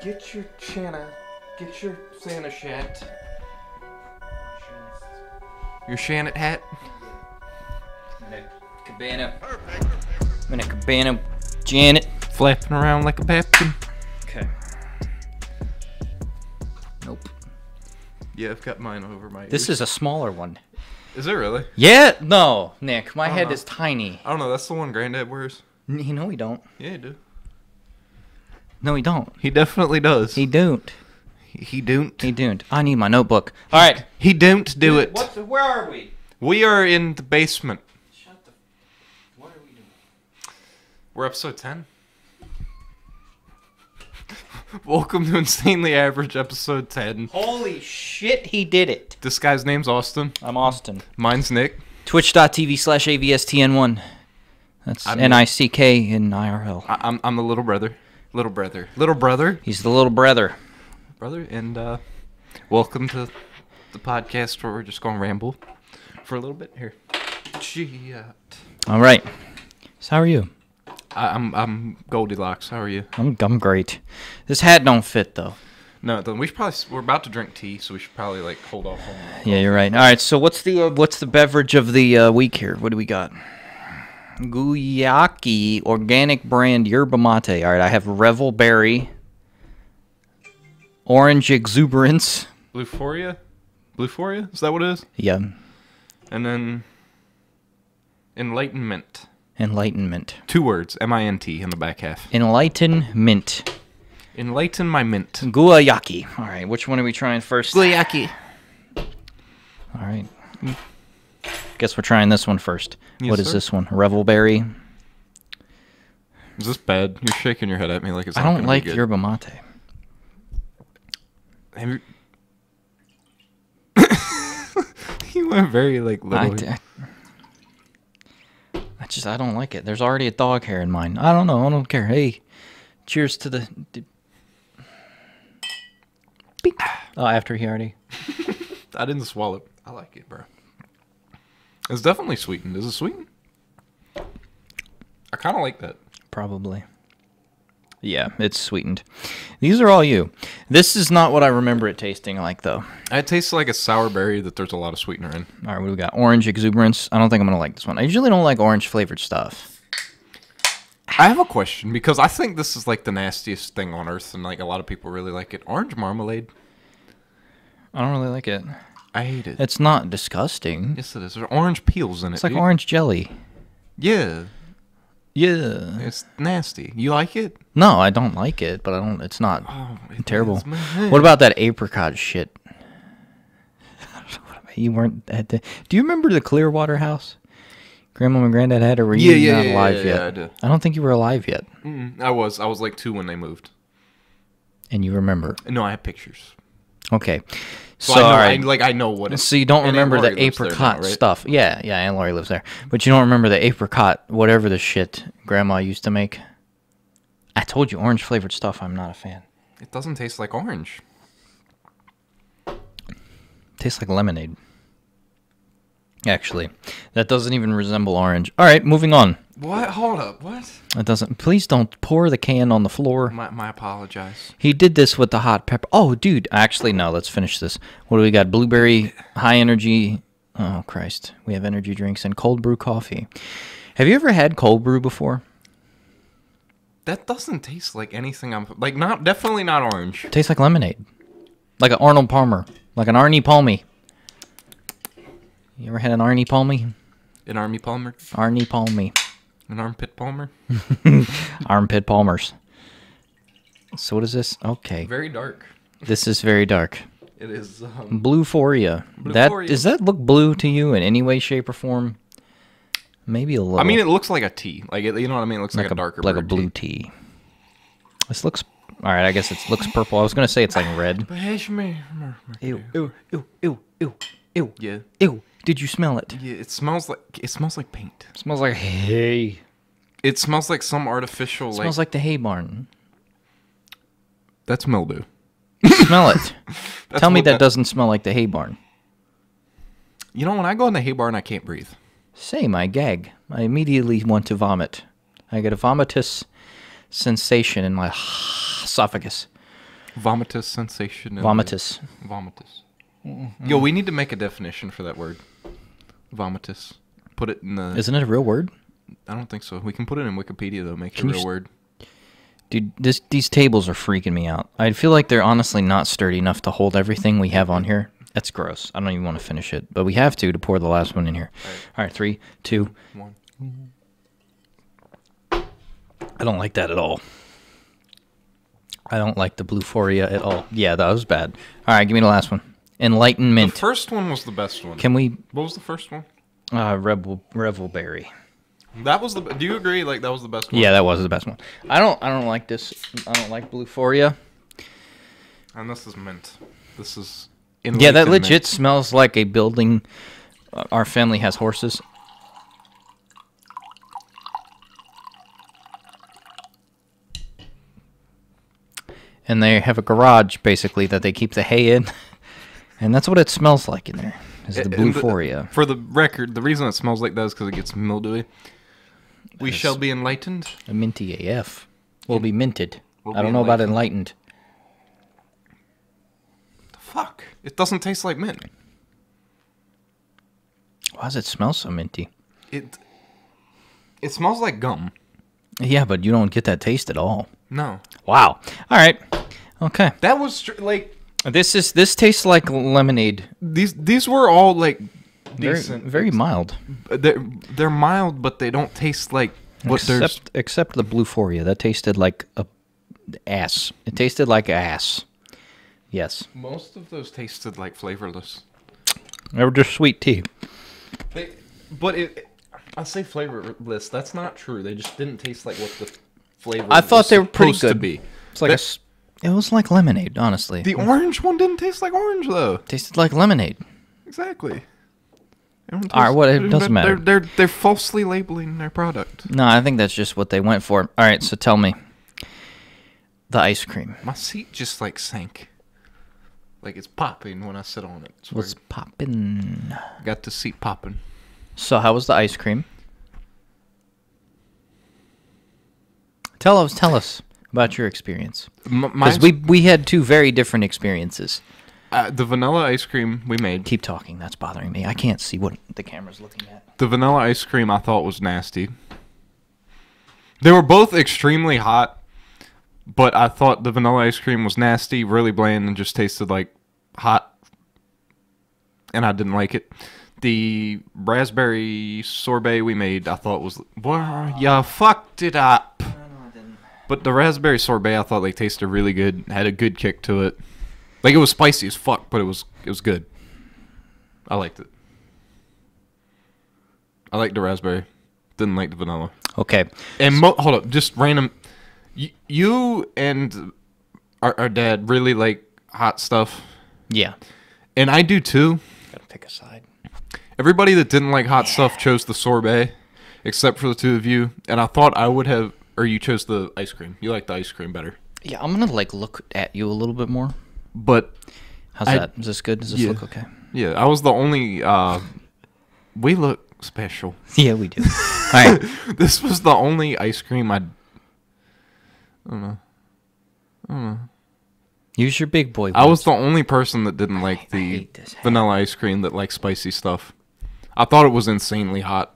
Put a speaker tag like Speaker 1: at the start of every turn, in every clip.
Speaker 1: Get your Santa. Get your Santa hat. Your Shannon hat.
Speaker 2: I'm in a cabana. I'm in a cabana. Janet.
Speaker 1: Flapping around like a napkin.
Speaker 2: Okay. Nope.
Speaker 1: Yeah, I've got mine over my
Speaker 2: This
Speaker 1: ears.
Speaker 2: is a smaller one.
Speaker 1: Is it really?
Speaker 2: Yeah. No, Nick. My head
Speaker 1: Uh-huh.
Speaker 2: is tiny.
Speaker 1: I don't know. That's the one Granddad wears.
Speaker 2: N- No, we don't.
Speaker 1: Yeah, he do.
Speaker 2: No, we don't.
Speaker 1: He definitely does.
Speaker 2: He don't.
Speaker 1: he don't.
Speaker 2: He don't. I need my notebook. All right.
Speaker 1: He don't do it.
Speaker 2: What? Where are we?
Speaker 1: We are in the basement.
Speaker 2: Shut the. What are we doing?
Speaker 1: We're episode 10. Welcome to Insanely Average, episode 10.
Speaker 2: Holy shit! He did it.
Speaker 1: This guy's name's Austin.
Speaker 2: I'm Austin.
Speaker 1: Mine's Nick.
Speaker 2: Twitch.tv slash avstn1. That's
Speaker 1: I'm-
Speaker 2: N I C K in IRL.
Speaker 1: I- I'm-, I'm the little brother. Little brother. Little brother.
Speaker 2: He's the little brother.
Speaker 1: Brother. And uh, welcome to the podcast where we're just going to ramble for a little bit here. Gee, uh,
Speaker 2: All right. So how are you?
Speaker 1: I- I'm-, I'm Goldilocks. How are you?
Speaker 2: I'm I'm great. This hat don't fit though.
Speaker 1: No, then we should probably, we're about to drink tea, so we should probably like hold off on
Speaker 2: Yeah, you're right. All right. So what's the uh, what's the beverage of the uh, week here? What do we got? Guyaki organic brand yerba mate. All right, I have Revel Berry, Orange Exuberance.
Speaker 1: Blueforia? Blueforia? Is that what it is?
Speaker 2: Yeah,
Speaker 1: And then enlightenment.
Speaker 2: enlightenment.
Speaker 1: Two words, M I N T in the back half.
Speaker 2: Enlighten mint.
Speaker 1: Enlighten my mint.
Speaker 2: Guyaki. All right, which one are we trying first?
Speaker 1: Guyaki.
Speaker 2: All right. Guess we're trying this one first.
Speaker 1: Yes,
Speaker 2: what is
Speaker 1: sir.
Speaker 2: this one? Revel Berry.
Speaker 1: Is this bad? You're shaking your head at me like it's
Speaker 2: I
Speaker 1: not
Speaker 2: don't
Speaker 1: gonna
Speaker 2: like
Speaker 1: be good.
Speaker 2: yerba mate.
Speaker 1: Have you... you went very like
Speaker 2: I,
Speaker 1: little.
Speaker 2: d- I- I just I don't like it. There's already a dog hair in mine. I don't know. I don't care. Hey, cheers to the. d- Beep. Oh, after he already.
Speaker 1: I didn't swallow. I like it, bro. It's definitely sweetened. Is it sweetened? I kind of like that.
Speaker 2: Probably. Yeah, it's sweetened. These are all you. This is not what I remember it tasting like, though.
Speaker 1: It tastes like a sour berry that there's a lot of sweetener in.
Speaker 2: All right, what do we got? Orange exuberance. I don't think I'm gonna like this one. I usually don't like orange flavored stuff.
Speaker 1: I have a question because I think this is like the nastiest thing on earth, and like a lot of people really like it. Orange marmalade.
Speaker 2: I don't really like it.
Speaker 1: I hate it.
Speaker 2: It's not disgusting.
Speaker 1: yes, it is. There's orange peels in it.
Speaker 2: It's like
Speaker 1: dude.
Speaker 2: orange jelly.
Speaker 1: Yeah,
Speaker 2: Yeah.
Speaker 1: it's nasty. You like it?
Speaker 2: No, I don't like it, but I don't. It's not
Speaker 1: Oh, it
Speaker 2: terrible.
Speaker 1: is my-
Speaker 2: What about that apricot shit? You weren't at the. Do you remember the Clearwater House? Grandma and Granddad had, or were you
Speaker 1: Yeah, yeah,
Speaker 2: not
Speaker 1: yeah, yeah,
Speaker 2: alive
Speaker 1: yeah,
Speaker 2: yet?
Speaker 1: I do.
Speaker 2: don't think you were alive yet,
Speaker 1: Mm, I was. I was like two when they moved.
Speaker 2: and you remember.
Speaker 1: No, I have pictures.
Speaker 2: Okay,
Speaker 1: So
Speaker 2: sorry.
Speaker 1: I know, I, like I know what. It,
Speaker 2: so you don't
Speaker 1: and Aunt
Speaker 2: remember the
Speaker 1: Laurie lives there now,
Speaker 2: apricot
Speaker 1: right?
Speaker 2: stuff? Yeah, yeah. Aunt Laurie lives there, but you don't remember the apricot, whatever the shit Grandma used to make. I told you, orange flavored stuff. I'm not a fan.
Speaker 1: It doesn't taste like orange.
Speaker 2: Tastes like lemonade. Actually, that doesn't even resemble orange. All right, moving on.
Speaker 1: What? Hold up. What?
Speaker 2: That doesn't. Please don't pour the can on the floor.
Speaker 1: My, my apologize.
Speaker 2: He did this with the hot pepper. Oh, dude. Actually, no. Let's finish this. What do we got? Blueberry high energy. Oh Christ. We have energy drinks and cold brew coffee. Have you ever had cold brew before?
Speaker 1: That doesn't taste like anything. I'm like not definitely not orange.
Speaker 2: tastes like lemonade, like an Arnold Palmer, like an Arnie Palmy. You ever had an Arnie Palmy?
Speaker 1: An army palmer.
Speaker 2: Arnie Palmy.
Speaker 1: An armpit palmer.
Speaker 2: armpit palmers. So what is this? Okay,
Speaker 1: Very dark.
Speaker 2: this is very dark.
Speaker 1: It is. Um,
Speaker 2: Bluephoria. That
Speaker 1: Bluephoria.
Speaker 2: does that look blue to you in any way, shape, or form? Maybe a little.
Speaker 1: I mean, it looks like a tea. Like it, you know what I mean? It looks like, a, darker,
Speaker 2: like a
Speaker 1: bird
Speaker 2: blue
Speaker 1: tea.
Speaker 2: tea. This looks. All right, I guess it looks purple. I was gonna say it's like red. Ew, ew, ew, ew, ew, ew,
Speaker 1: Yeah.
Speaker 2: ew. Did you smell it?
Speaker 1: Yeah, it smells like it smells like paint.
Speaker 2: smells like hay.
Speaker 1: It smells like some artificial like,
Speaker 2: smells like the hay barn.
Speaker 1: that's mildew.
Speaker 2: smell it.
Speaker 1: That's
Speaker 2: Tell me
Speaker 1: what
Speaker 2: that doesn't smell like the hay barn.
Speaker 1: You know when I go in the hay barn I can't breathe.
Speaker 2: Say my gag. I immediately want to vomit. I get a vomitous sensation in my esophagus.
Speaker 1: Vomitus sensation. in the-
Speaker 2: Vomitus.
Speaker 1: Vomitus. Yo, we need to make a definition for that word. Vomitus. Put it in the.
Speaker 2: Isn't it a real word?
Speaker 1: I don't think so. We can put it in Wikipedia though. Make it a
Speaker 2: Can you
Speaker 1: real
Speaker 2: s-
Speaker 1: word.
Speaker 2: Dude, this, these tables are freaking me out. I feel like they're honestly not sturdy enough to hold everything we have on here. That's gross. I don't even want to finish it, but we have to to pour the last one in here. All right, three, two.
Speaker 1: One.
Speaker 2: I don't like that at all. I don't like the blue foria at all. Yeah, that was bad. All right, give me the last one.
Speaker 1: The
Speaker 2: Enlightenment.
Speaker 1: first one was the best one.
Speaker 2: Can we
Speaker 1: what was the first one?
Speaker 2: uh, rebel revelberry?
Speaker 1: That was the. Do you agree? Like that was the best one.
Speaker 2: Yeah, that was the best one. I don't. I don't like this. I don't like blue foria.
Speaker 1: And this is mint. This is.
Speaker 2: Yeah, that
Speaker 1: enlightenment.
Speaker 2: legit smells like a building. Uh, Our family has horses. And they have a garage basically that they keep the hay in. And that's what it smells like in there. Is the
Speaker 1: And
Speaker 2: blue foria.
Speaker 1: For the record, the reason it smells like that is because it gets mildewy. We shall be enlightened.
Speaker 2: A minty AF. Will be minted.
Speaker 1: Will
Speaker 2: I
Speaker 1: be
Speaker 2: don't know about enlightened.
Speaker 1: The fuck! It doesn't taste like mint.
Speaker 2: Why does it smell so minty?
Speaker 1: It. It smells like gum.
Speaker 2: Yeah, but you don't get that taste at all.
Speaker 1: No,
Speaker 2: Wow. All right. Okay.
Speaker 1: that was str- like
Speaker 2: This is this tastes like lemonade.
Speaker 1: these. These were all like
Speaker 2: Very,
Speaker 1: decent. Uh,
Speaker 2: very mild.
Speaker 1: They're they're mild, but they don't taste like what they're.
Speaker 2: except except the blue foria that tasted like a ass. It tasted like ass. Yes.
Speaker 1: Most of those tasted like flavorless.
Speaker 2: They were just sweet tea.
Speaker 1: They, but it, I say flavorless. That's not true. They just didn't taste like what the flavor.
Speaker 2: I thought
Speaker 1: was
Speaker 2: they were pretty
Speaker 1: supposed to
Speaker 2: good.
Speaker 1: be.
Speaker 2: It's like a
Speaker 1: That-
Speaker 2: s it was like lemonade, honestly.
Speaker 1: The orange one didn't taste like orange though.
Speaker 2: tasted like lemonade.
Speaker 1: Exactly. Everyone
Speaker 2: All right,
Speaker 1: tastes-
Speaker 2: well, it
Speaker 1: everyone-
Speaker 2: doesn't matter.
Speaker 1: They're, they're they're falsely labeling their product.
Speaker 2: No, I think that's just what they went for. All right, so tell me. The ice cream.
Speaker 1: My seat just like sank. Like it's popping when I sit on it. It's
Speaker 2: What's poppin'?
Speaker 1: weird. got the seat popping.
Speaker 2: So how was the ice cream? Tell us tell us about your experience.
Speaker 1: M- my
Speaker 2: Because we we had two very different experiences.
Speaker 1: uh, the vanilla ice cream we made.
Speaker 2: Keep talking. That's bothering me. I can't see what the camera's looking at.
Speaker 1: The vanilla ice cream I thought was nasty. They were both extremely hot, but I thought the vanilla ice cream was nasty, really bland, and just tasted like hot. And I didn't like it. The raspberry sorbet we made, I thought was. Well, you fucked it up. But the raspberry sorbet, I thought they tasted really good. Had a good kick to it. Like it was spicy as fuck, but it was it was good. I liked it. I liked the raspberry. Didn't like the vanilla.
Speaker 2: Okay.
Speaker 1: And mo- hold up, just random. Y- you and our, our dad really like hot stuff,
Speaker 2: Yeah.
Speaker 1: and I do too.
Speaker 2: Gotta pick a side.
Speaker 1: Everybody that didn't like hot stuff chose the sorbet, except for the two of you. And I thought I would have, or you chose the ice cream. You liked the ice cream better,
Speaker 2: Yeah, I'm gonna like look at you a little bit more.
Speaker 1: but
Speaker 2: How's
Speaker 1: I-
Speaker 2: that? Is this good? Does this
Speaker 1: Yeah.
Speaker 2: look okay?
Speaker 1: yeah, I was the only. Uh, we look special.
Speaker 2: Yeah, we do. All right.
Speaker 1: this was the only ice cream I.
Speaker 2: Use your big boy.
Speaker 1: I was the only person that didn't like
Speaker 2: I
Speaker 1: the
Speaker 2: hate this hat.
Speaker 1: vanilla ice cream that likes spicy stuff. I thought it was insanely hot.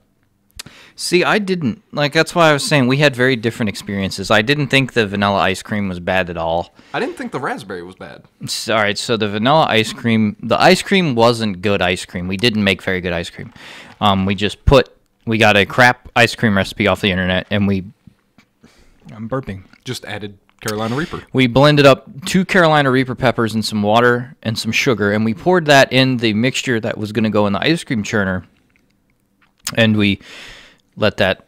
Speaker 2: See, I didn't like. That's why I was saying we had very different experiences. I didn't think the vanilla ice cream was bad at all.
Speaker 1: I didn't think the raspberry was bad.
Speaker 2: S- All right, so the vanilla ice cream, the ice cream wasn't good ice cream. We didn't make very good ice cream. Um, we just put, we got a crap ice cream recipe off the internet, and we. I'm burping.
Speaker 1: Just added Carolina Reaper.
Speaker 2: We blended up two Carolina Reaper peppers and some water and some sugar, and we poured that in the mixture that was going to go in the ice cream churner. And we let that,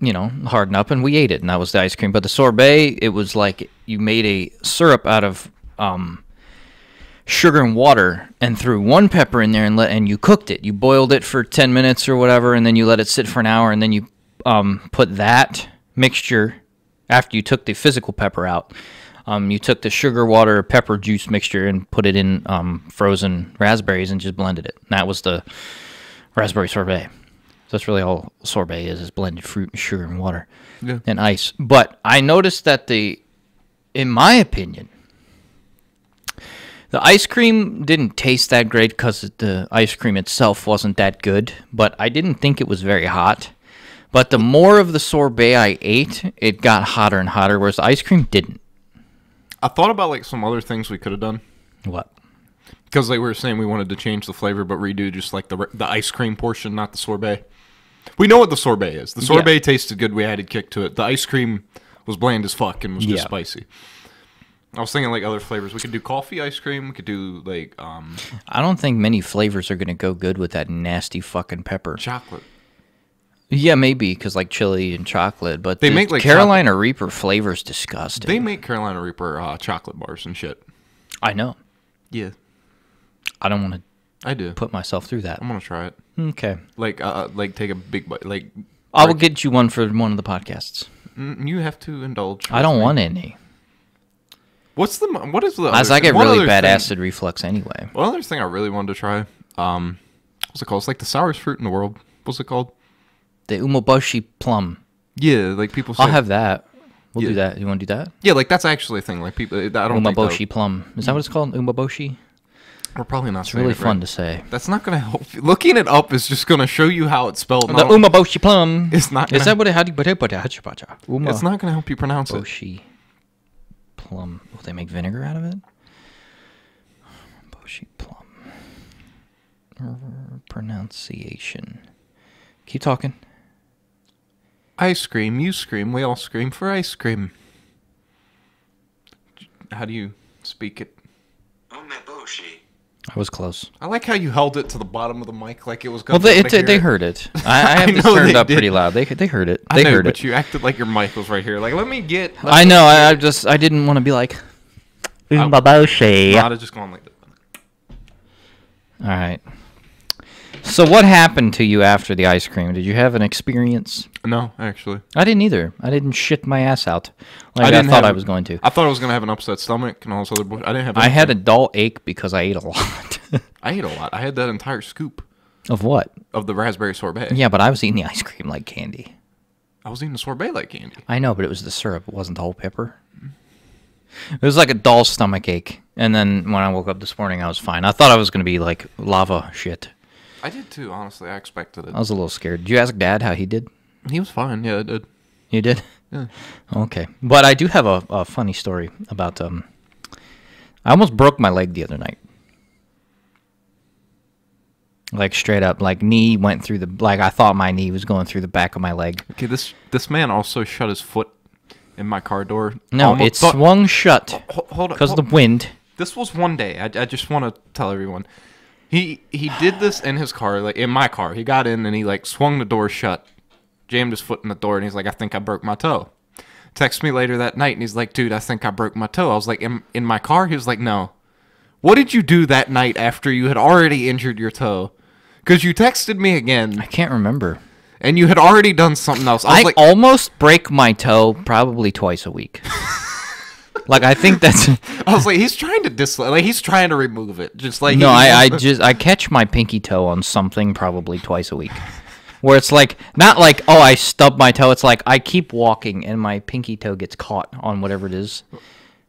Speaker 2: you know, harden up, and we ate it, and that was the ice cream. But the sorbet, it was like you made a syrup out of um, sugar and water, and threw one pepper in there, and let and you cooked it. You boiled it for ten minutes or whatever, and then you let it sit for an hour, and then you um, put that mixture after you took the physical pepper out. Um, you took the sugar, water, pepper juice mixture and put it in um, frozen raspberries and just blended it. And that was the raspberry sorbet. So that's really all sorbet is: is blended fruit and sugar and water
Speaker 1: Yeah.
Speaker 2: and ice. But I noticed that the, in my opinion, The ice cream didn't taste that great because the ice cream itself wasn't that good, but I didn't think it was very hot. But the more of the sorbet I ate, it got hotter and hotter, whereas the ice cream didn't.
Speaker 1: I thought about like some other things we could have done
Speaker 2: What?
Speaker 1: because like we were saying we wanted to change the flavor, but redo just like the re- the ice cream portion, not the sorbet. We know what the sorbet is. The sorbet tasted good. We added kick to it. The ice cream was bland as fuck and was just
Speaker 2: Yeah.
Speaker 1: spicy. I was thinking like other flavors. We could do coffee ice cream. We could do like um,
Speaker 2: I don't think many flavors are going to go good with that nasty fucking pepper.
Speaker 1: chocolate.
Speaker 2: Yeah, maybe because like chili and chocolate, but
Speaker 1: They
Speaker 2: the
Speaker 1: make, like,
Speaker 2: Carolina Reaper flavors disgusting.
Speaker 1: They make Carolina Reaper uh, chocolate bars and shit.
Speaker 2: I know.
Speaker 1: Yeah,
Speaker 2: I don't want to
Speaker 1: I do.
Speaker 2: put myself through that.
Speaker 1: I'm gonna try it.
Speaker 2: Okay,
Speaker 1: Like uh, like take a big bite. Like
Speaker 2: I will get you one for one of the podcasts.
Speaker 1: mm, you have to indulge.
Speaker 2: I don't want any,
Speaker 1: What's the mo- what is the?
Speaker 2: as
Speaker 1: other
Speaker 2: I
Speaker 1: thing-
Speaker 2: get
Speaker 1: one
Speaker 2: really
Speaker 1: other
Speaker 2: bad
Speaker 1: thing-
Speaker 2: acid reflux anyway.
Speaker 1: One other thing I really wanted to try, um, what's it called? It's like the sourest fruit in the world. What's it called?
Speaker 2: The umeboshi plum.
Speaker 1: Yeah, like people say.
Speaker 2: I'll have that. We'll do
Speaker 1: Yeah.
Speaker 2: that. You want to do that?
Speaker 1: yeah, like that's actually a thing. Like people, I don't think
Speaker 2: Umeboshi
Speaker 1: that-
Speaker 2: plum. Is that what it's called? Umeboshi.
Speaker 1: We're probably not.
Speaker 2: It's really fun to say.
Speaker 1: That's not gonna help. you. Looking it up is just gonna show you how it's spelled.
Speaker 2: The um-
Speaker 1: not-
Speaker 2: umeboshi plum.
Speaker 1: It's not
Speaker 2: Is
Speaker 1: gonna-
Speaker 2: that what it had? But it, but it, hacha, pacha. Uma.
Speaker 1: it's not gonna help you pronounce it.
Speaker 2: Boshi plum. Will they make vinegar out of it? Boshi plum. Er, Pronunciation. Keep talking.
Speaker 1: Ice cream, you scream, we all scream for ice cream. How do you speak it?
Speaker 3: Umeboshi.
Speaker 2: I was close.
Speaker 1: I like how you held it to the bottom of the mic like it was
Speaker 2: Well,
Speaker 1: going.
Speaker 2: they it, they heard it. I, I
Speaker 1: I
Speaker 2: have this
Speaker 1: know
Speaker 2: turned
Speaker 1: they
Speaker 2: up pretty
Speaker 1: did.
Speaker 2: loud. They they heard it.
Speaker 1: I
Speaker 2: They
Speaker 1: know,
Speaker 2: heard
Speaker 1: but
Speaker 2: it.
Speaker 1: you acted like your mic was right here. Like, let me get.
Speaker 2: I know. I, I just I didn't want to be like.
Speaker 1: I'd
Speaker 2: Umeboshi.
Speaker 1: have just gone like that.
Speaker 2: All right. So what happened to you after the ice cream? Did you have an experience?
Speaker 1: No, actually.
Speaker 2: I didn't either. I didn't shit my ass out like I,
Speaker 1: didn't
Speaker 2: thought
Speaker 1: have-
Speaker 2: I was going to.
Speaker 1: I thought I was gonna have an upset stomach and all this other bullshit. I didn't have.
Speaker 2: I had a
Speaker 1: anything.
Speaker 2: dull ache because I ate a lot.
Speaker 1: I ate a lot. I had that entire scoop
Speaker 2: of what?
Speaker 1: of the raspberry sorbet.
Speaker 2: Yeah, but I was eating the ice cream like candy.
Speaker 1: I was eating the sorbet like candy.
Speaker 2: I know, but it was the syrup. It wasn't the whole pepper. It was like a dull stomach ache. And then when I woke up this morning, I was fine. I thought I was going to be like lava shit.
Speaker 1: I did too. Honestly, I expected it.
Speaker 2: I was a little scared. Did you ask dad how he did?
Speaker 1: He was fine. Yeah, I did.
Speaker 2: You did?
Speaker 1: Yeah.
Speaker 2: Okay. But I do have a, a funny story about um I almost broke my leg the other night. Like straight up, like knee went through the like I thought my knee was going through the back of my leg.
Speaker 1: Okay. This this man also shut his foot in my car door.
Speaker 2: No,
Speaker 1: Almost
Speaker 2: it
Speaker 1: thought-
Speaker 2: swung shut
Speaker 1: Ho- Hold on.
Speaker 2: because of
Speaker 1: hold-
Speaker 2: the wind.
Speaker 1: This was one day. I, I just want to tell everyone. He he did this in his car, like in my car. He got in and he like swung the door shut, jammed his foot in the door, and he's like, "I think I broke my toe." Text me later that night, and he's like, "Dude, I think I broke my toe." I was like, "In in my car?" He was like, "No." What did you do that night after you had already injured your toe? Because you texted me
Speaker 2: I
Speaker 1: again,
Speaker 2: can't remember.
Speaker 1: and you had already done something else. I was
Speaker 2: I
Speaker 1: like,
Speaker 2: almost break my toe probably twice a week. like I think that's
Speaker 1: I was like, he's trying to dislike, like he's trying to remove it, just like
Speaker 2: No,
Speaker 1: he-
Speaker 2: I, I just I catch my pinky toe on something probably twice a week. Where it's like not like oh I stubbed my toe. It's like I keep walking and my pinky toe gets caught on whatever it is.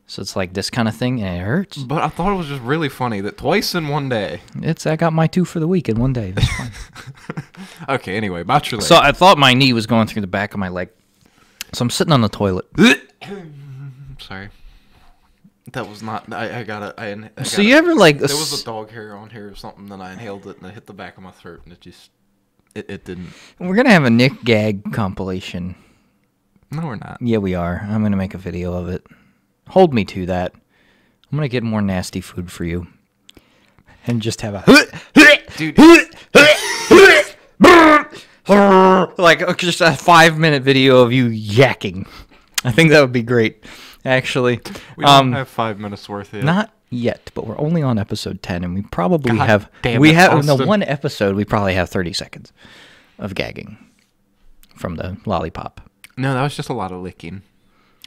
Speaker 2: So it's like this kind of thing and it hurts.
Speaker 1: But I thought it was just really funny that twice in one day.
Speaker 2: It's I got my two for the week in one day. That's fine.
Speaker 1: Okay, anyway, about your leg.
Speaker 2: so I thought my knee was going through the back of my leg. So I'm sitting on the toilet.
Speaker 1: Sorry. That was not. I, I got it. I, in- I
Speaker 2: So
Speaker 1: got
Speaker 2: you
Speaker 1: it.
Speaker 2: ever like
Speaker 1: There was a dog hair on here or something, then I inhaled it and it hit the back of my throat, and it just. It, it didn't.
Speaker 2: we're gonna have a Nick gag compilation.
Speaker 1: No, we're not.
Speaker 2: Yeah, we are. I'm gonna make a video of it. Hold me to that. I'm gonna get more nasty food for you, and just have a
Speaker 1: Dude.
Speaker 2: like uh, just a five minute video of you yakking. I think that would be great, actually.
Speaker 1: We
Speaker 2: Um,
Speaker 1: don't have five minutes worth yet.
Speaker 2: not yet, but we're only on episode ten, and we probably
Speaker 1: God
Speaker 2: have
Speaker 1: damn
Speaker 2: we
Speaker 1: it,
Speaker 2: have no
Speaker 1: Austin.
Speaker 2: one episode. We probably have thirty seconds of gagging from the lollipop.
Speaker 1: No, that was just a lot of licking.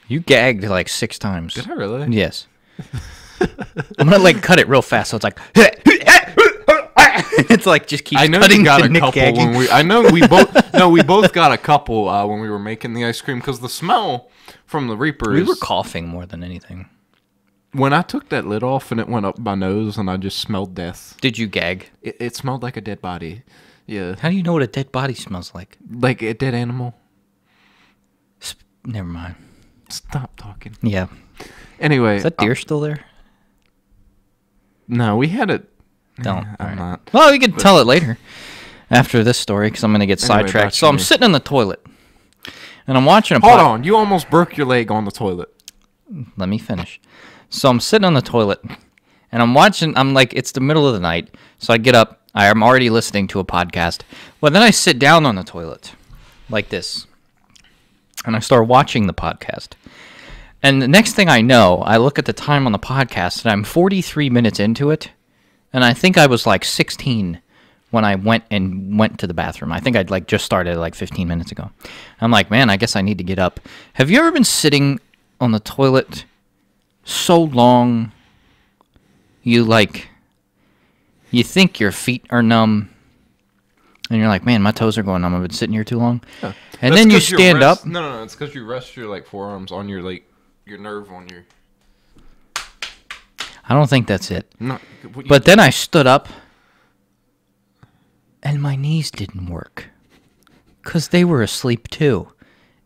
Speaker 2: You gagged like six times.
Speaker 1: Did I really?
Speaker 2: Yes. I'm gonna like cut it real fast, so it's like it's like just keeps
Speaker 1: I know
Speaker 2: cutting
Speaker 1: you got
Speaker 2: to
Speaker 1: a
Speaker 2: Nick
Speaker 1: couple
Speaker 2: gagging.
Speaker 1: when we. I know we both. no, we both got a couple uh, when we were making the ice cream because the smell from the Reaper.
Speaker 2: We
Speaker 1: is,
Speaker 2: were coughing more than anything.
Speaker 1: when I took that lid off and it went up my nose and I just smelled death.
Speaker 2: Did you gag?
Speaker 1: It, it smelled like a dead body. Yeah,
Speaker 2: How do you know what a dead body smells like?
Speaker 1: like a dead animal.
Speaker 2: Sp- Never mind.
Speaker 1: Stop talking.
Speaker 2: Yeah.
Speaker 1: Anyway,
Speaker 2: Is that
Speaker 1: uh,
Speaker 2: deer still there?
Speaker 1: no, we had it.
Speaker 2: Don't.
Speaker 1: I'm
Speaker 2: Alright.
Speaker 1: not.
Speaker 2: Well, we can tell it later after this story because I'm going to get
Speaker 1: Anyway, back
Speaker 2: sidetracked.
Speaker 1: to
Speaker 2: So I'm
Speaker 1: me.
Speaker 2: sitting in the toilet and I'm watching a
Speaker 1: Hold
Speaker 2: pod-
Speaker 1: on, you almost broke your leg on the toilet.
Speaker 2: Let me finish. So I'm sitting on the toilet and I'm watching. I'm like, it's the middle of the night. So I get up. I am already listening to a podcast. Well, then I sit down on the toilet like this and I start watching the podcast. And the next thing I know, I look at the time on the podcast and I'm 43 minutes into it. And I think I was like 16 when I went and went to the bathroom. I think I'd like just started like 15 minutes ago. I'm like, man, I guess I need to get up. Have you ever been sitting on the toilet so long you like you think your feet are numb and you're like, man, my toes are going numb. I've been sitting here too long. And
Speaker 1: That's
Speaker 2: then you
Speaker 1: 'cause
Speaker 2: stand
Speaker 1: rest-
Speaker 2: up.
Speaker 1: No, no, no. It's because you rest your like forearms on your like your nerve on your.
Speaker 2: I don't think that's it.
Speaker 1: Not, what you-
Speaker 2: But then I stood up and my knees didn't work because they were asleep too.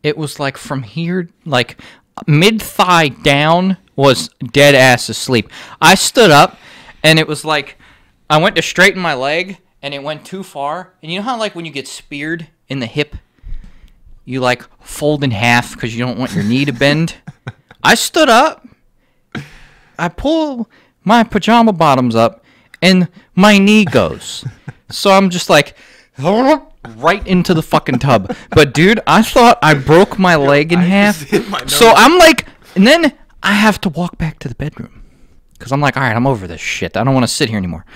Speaker 2: It was like from here, like mid thigh down was dead ass asleep. I stood up and it was like I went to straighten my leg and it went too far. And you know how, like, when you get speared in the hip, you like fold in half because you don't want your knee to bend? I stood up I pull my pajama bottoms up and my knee goes. so I'm just like right into the fucking tub. But dude, I thought I broke my leg in
Speaker 1: I
Speaker 2: half.
Speaker 1: just hit my
Speaker 2: So
Speaker 1: nose.
Speaker 2: I'm like and then I have to walk back to the bedroom. Cause I'm like, all right, I'm over this shit. I don't want to sit here anymore.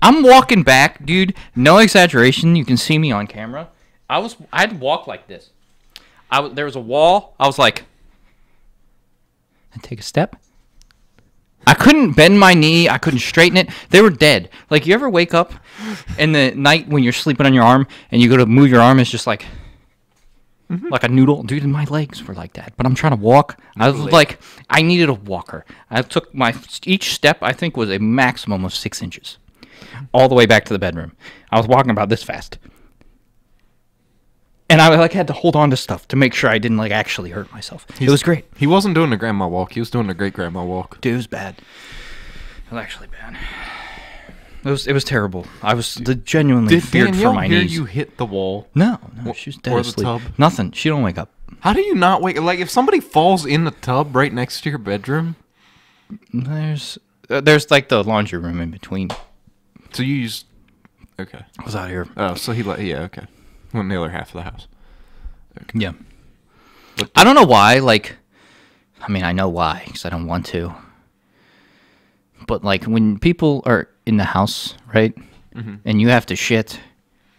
Speaker 2: I'm walking back, dude. No exaggeration. You can see me on camera. I was, I'd walk like this. I w- there was a wall. I was like, and take a step. I couldn't bend my knee. I couldn't straighten it. They were dead. Like you ever wake up in the night when you're sleeping on your arm and you go to move your arm, it's just like like a noodle. Dude, my legs were like that. But I'm trying to walk. I was
Speaker 1: Noodling.
Speaker 2: like, I needed a walker. I took my each step. I think was a maximum of six inches, all the way back to the bedroom. I was walking about this fast, and I like had to hold on to stuff to make sure I didn't like actually hurt myself. it was great.
Speaker 1: he wasn't doing a grandma walk. He was doing a great grandma walk.
Speaker 2: Dude, it was bad. It was actually bad. It was it was terrible. I was the genuinely
Speaker 1: Did
Speaker 2: feared
Speaker 1: Danielle
Speaker 2: for my
Speaker 1: hear
Speaker 2: knees.
Speaker 1: you hit the wall?
Speaker 2: No, no,
Speaker 1: Wh-
Speaker 2: she was dead
Speaker 1: or the
Speaker 2: asleep.
Speaker 1: tub?
Speaker 2: Nothing. She don't wake up.
Speaker 1: How do you not wake? Like if somebody falls in the tub right next to your bedroom,
Speaker 2: There's uh, there's like the laundry room in between.
Speaker 1: so you use. Okay.
Speaker 2: I was out here.
Speaker 1: Oh, so he like yeah okay. Went in the other half of the house.
Speaker 2: Yeah.
Speaker 1: But-
Speaker 2: I don't know why. Like, I mean, I know why because I don't want to. But like, when people are in the house, right,
Speaker 1: Mm-hmm.
Speaker 2: and you have to shit,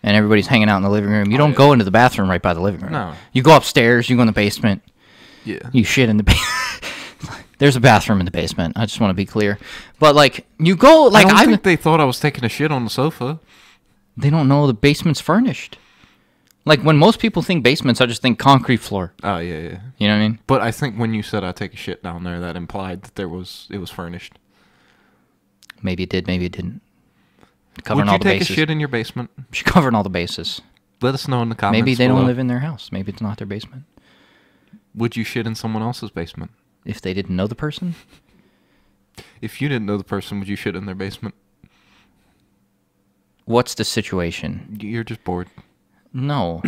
Speaker 2: and everybody's hanging out in the living room, you don't
Speaker 1: Oh, yeah.
Speaker 2: go into the bathroom right by the living room.
Speaker 1: No.
Speaker 2: You go upstairs. You go in the basement.
Speaker 1: Yeah.
Speaker 2: You shit in the. ba- There's a bathroom in the basement. I just want to be clear. But like, you go like
Speaker 1: I don't
Speaker 2: I.
Speaker 1: think they thought I was taking a shit on the sofa.
Speaker 2: They don't know the basement's furnished. Like when most people think basements, I just think concrete floor.
Speaker 1: Oh yeah yeah.
Speaker 2: You know what I mean?
Speaker 1: But I think when you said I take a shit down there, that implied that there was it was furnished.
Speaker 2: Maybe it did, maybe it didn't.
Speaker 1: Would
Speaker 2: Covering
Speaker 1: you
Speaker 2: all the
Speaker 1: take a
Speaker 2: bases.
Speaker 1: shit in your basement?
Speaker 2: She's covering all the bases.
Speaker 1: Let us know in the comments.
Speaker 2: Maybe they
Speaker 1: below.
Speaker 2: don't live in their house. Maybe it's not their basement.
Speaker 1: Would you shit in someone else's basement?
Speaker 2: If they didn't know the person,
Speaker 1: If you didn't know the person, would you shit in their basement?
Speaker 2: what's the situation?
Speaker 1: You're just bored.
Speaker 2: No.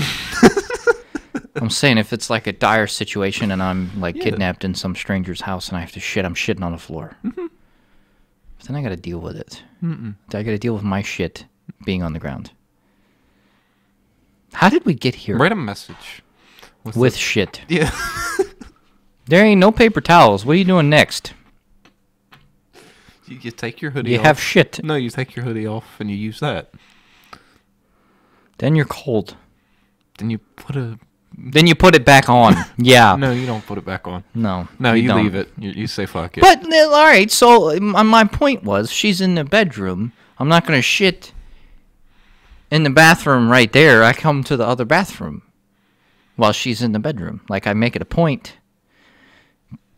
Speaker 2: I'm saying if it's like a dire situation and I'm like
Speaker 1: Yeah.
Speaker 2: kidnapped in some stranger's house and I have to shit, I'm shitting on the floor. But then I got to deal with it.
Speaker 1: Mm-hmm. Mm-mm.
Speaker 2: I got to deal with my shit being on the ground. How did we get here
Speaker 1: Write a message.
Speaker 2: with shit?
Speaker 1: Yeah.
Speaker 2: There ain't no paper towels. What are you doing next?
Speaker 1: you, you take your hoodie
Speaker 2: You
Speaker 1: off.
Speaker 2: have shit.
Speaker 1: no, you take your hoodie off and you use that.
Speaker 2: Then you're cold.
Speaker 1: Then you put a.
Speaker 2: Then you put it back on. yeah. No.
Speaker 1: No, you don't put it back on.
Speaker 2: No,
Speaker 1: No, you,
Speaker 2: don't.
Speaker 1: leave it. You, you say fuck it.
Speaker 2: But uh, all right. So uh, my my point was, she's in the bedroom. I'm not gonna shit in the bathroom right there. I come to the other bathroom while she's in the bedroom. Like I make it a point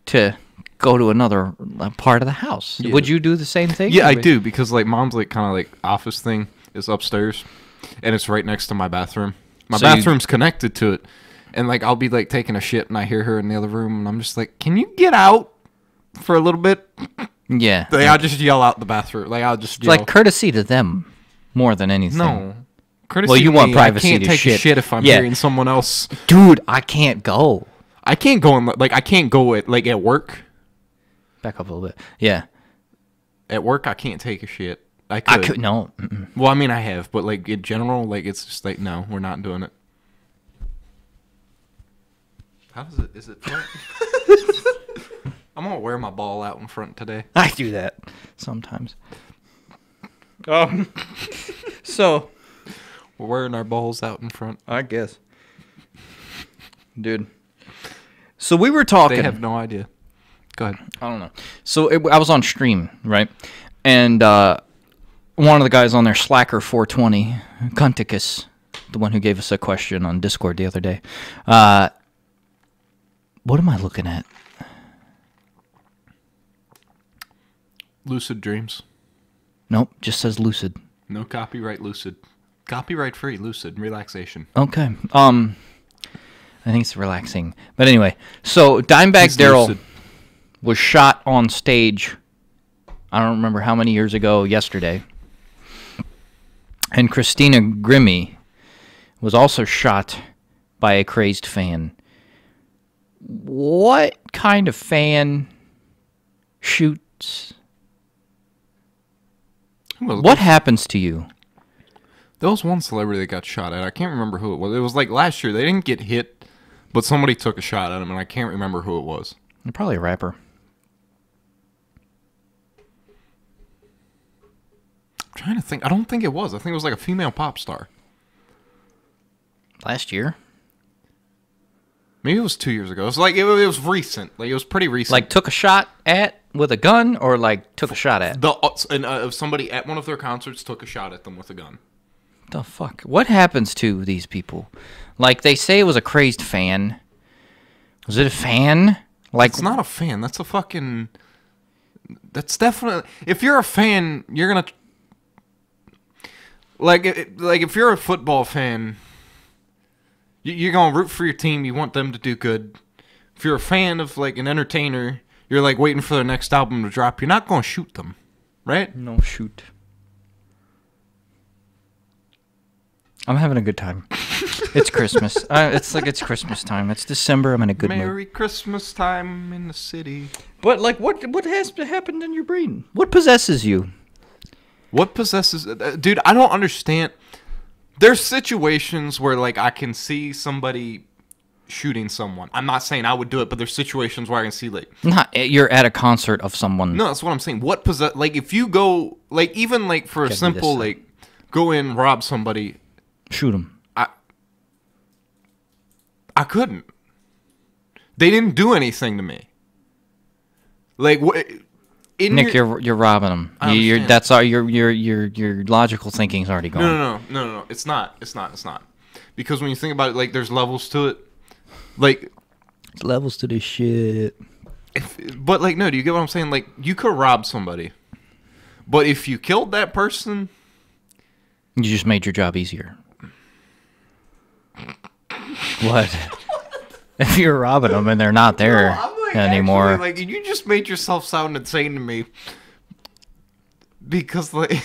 Speaker 2: to go to another uh, part of the house. Would you do the same thing?
Speaker 1: Yeah, I
Speaker 2: Would-
Speaker 1: do because like mom's like kind of like office thing is upstairs, and it's right next to my bathroom. My
Speaker 2: So you-
Speaker 1: bathroom's connected to it, and like I'll be like taking a shit, and I hear her in the other room, and I'm just like, "Can you get out for a little bit?"
Speaker 2: Yeah.
Speaker 1: Like I'll just yell out the bathroom. Like I'll just
Speaker 2: It's
Speaker 1: yell.
Speaker 2: like courtesy to them more than anything.
Speaker 1: no. Courtesy
Speaker 2: Well, you
Speaker 1: to
Speaker 2: want
Speaker 1: me,
Speaker 2: privacy
Speaker 1: I can't
Speaker 2: to
Speaker 1: take a
Speaker 2: shit.
Speaker 1: shit if I'm
Speaker 2: Yeah.
Speaker 1: hearing someone else.
Speaker 2: Dude, I can't go.
Speaker 1: I can't go in like I can't go at like at work.
Speaker 2: Back up a little bit. Yeah.
Speaker 1: At work, I can't take a shit. I
Speaker 2: I
Speaker 1: could.
Speaker 2: could no. mm-mm.
Speaker 1: Well, I mean, I have, but like in general, like it's just like no, we're not doing it. How does it? Is it? flat? I'm gonna wear my ball out in front today.
Speaker 2: I do that sometimes. Um so
Speaker 1: We're wearing our balls out in front.
Speaker 2: I guess. Dude. So we were
Speaker 1: They
Speaker 2: talking
Speaker 1: have no idea. Go ahead.
Speaker 2: I don't know. So it, I was on stream, right? And uh, one of the guys on there, Slacker 420, Cunticus, the one who gave us a question on Discord the other day. Uh, what am I looking at?
Speaker 1: Lucid dreams.
Speaker 2: Nope, just says lucid.
Speaker 1: No copyright. Lucid. Copyright free. Lucid relaxation.
Speaker 2: Okay. Um, I think it's relaxing. But anyway, so Dimebag
Speaker 1: He's
Speaker 2: Daryl
Speaker 1: lucid.
Speaker 2: was shot on stage. I don't remember how many years ago. Yesterday, and Christina Grimmie was also shot by a crazed fan. What kind of fan shoots?
Speaker 1: Who was-
Speaker 2: What happens to you?
Speaker 1: There was one celebrity that got shot at. I can't remember who it was. It was like last year. They didn't get hit, but somebody took a shot at him, and I can't remember who it was.
Speaker 2: You're probably a rapper.
Speaker 1: I'm trying to think. I don't think it was. I think it was like a female pop star.
Speaker 2: Last year,
Speaker 1: Maybe it was two years ago. It was like it, wa- it was recent. Like it was pretty recent.
Speaker 2: like took a shot at with a gun, or like took a shot at.
Speaker 1: the uh, and, uh, somebody at one of their concerts took a shot at them with a gun.
Speaker 2: the fuck? What happens to these people? Like they say it was a crazed fan. Was it a fan? Like
Speaker 1: It's not a fan. That's a fucking. That's definitely. If you're a fan, you're gonna. Like, it- it- like if you're a football fan, you- you're gonna root for your team. You want them to do good. If you're a fan of like an entertainer, you're like waiting for their next album to drop. You're not gonna shoot them, right?
Speaker 2: no shoot. I'm having a good time. it's Christmas. Uh, it's like it's Christmas time. It's December. I'm in a good mood.
Speaker 1: Merry Christmas time in the city.
Speaker 2: But like, what what has happened in your brain? What possesses you?
Speaker 1: What possesses, uh, dude? I don't understand. There's situations where like I can see somebody shooting someone. I'm not saying I would do it, but there's situations where I can see like
Speaker 2: Not eh, you're at a concert of someone.
Speaker 1: no, that's what I'm saying. What possess? Like if you go like even like for a
Speaker 2: this
Speaker 1: simple
Speaker 2: side.
Speaker 1: like go in rob somebody,
Speaker 2: Shoot him.
Speaker 1: I couldn't. They didn't do anything to me. Like what? in
Speaker 2: Nick,
Speaker 1: your-
Speaker 2: you're you're robbing him.
Speaker 1: I
Speaker 2: You, you're
Speaker 1: understand.
Speaker 2: that's all. Your your your your logical thinking's already gone.
Speaker 1: No, no, no, no, no, no. It's not. It's not. It's not. Because when you think about it, like there's levels to it. Like,
Speaker 2: levels to this shit.
Speaker 1: if, but like, no. Do you get what I'm saying? Like, you could rob somebody, but if you killed that person,
Speaker 2: You just made your job easier. What? if you're robbing them and they're not there anymore,
Speaker 1: like you just made yourself sound insane to me. Because like,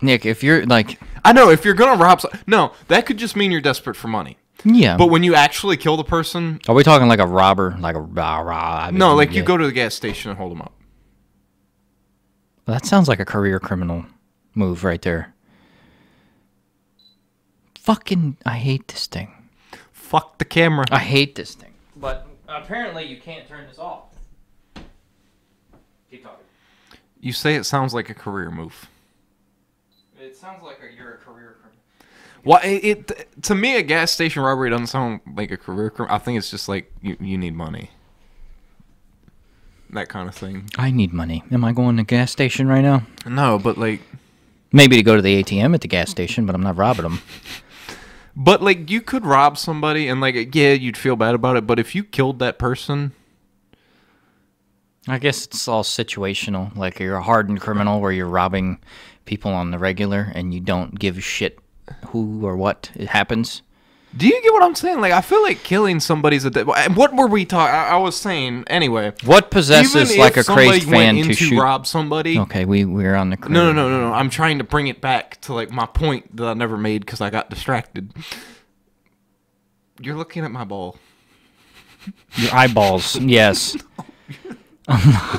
Speaker 2: Nick, if you're like,
Speaker 1: I know if you're gonna rob, so- no, that could just mean you're desperate for money.
Speaker 2: yeah,
Speaker 1: But when you actually kill the person,
Speaker 2: are we talking like a robber, like a rah rah? I
Speaker 1: no,
Speaker 2: mean,
Speaker 1: like you
Speaker 2: yeah.
Speaker 1: go to the gas station and hold them up.
Speaker 2: That sounds like a career criminal move right there. Fucking, I hate this thing.
Speaker 1: Fuck the camera.
Speaker 2: I hate this thing. But apparently, you can't turn this off. Keep talking.
Speaker 1: You say it sounds like a career move.
Speaker 2: It sounds like you're a career criminal.
Speaker 1: Well, it, it to me a gas station robbery doesn't sound like a career crime. I think it's just like you, you need money, that kind of thing.
Speaker 2: I need money. Am I going to gas station right now?
Speaker 1: No, but like,
Speaker 2: Maybe to go to the ATM at the gas station, but I'm not robbing them.
Speaker 1: but like you could rob somebody and like yeah, you'd feel bad about it. But if you killed that person,
Speaker 2: I guess it's all situational. Like you're a hardened criminal where you're robbing people on the regular and you don't give a shit who or what it happens.
Speaker 1: Do you get what I'm saying? Like, I feel like killing somebody's a. De- what were we talking? I was saying anyway.
Speaker 2: What possesses like a crazed fan to shoot?
Speaker 1: rob somebody.
Speaker 2: okay, we we're on the career.
Speaker 1: No, no, no, no, no. I'm trying to bring it back to like my point that I never made because I got distracted. You're looking at my ball.
Speaker 2: Your eyeballs. yes.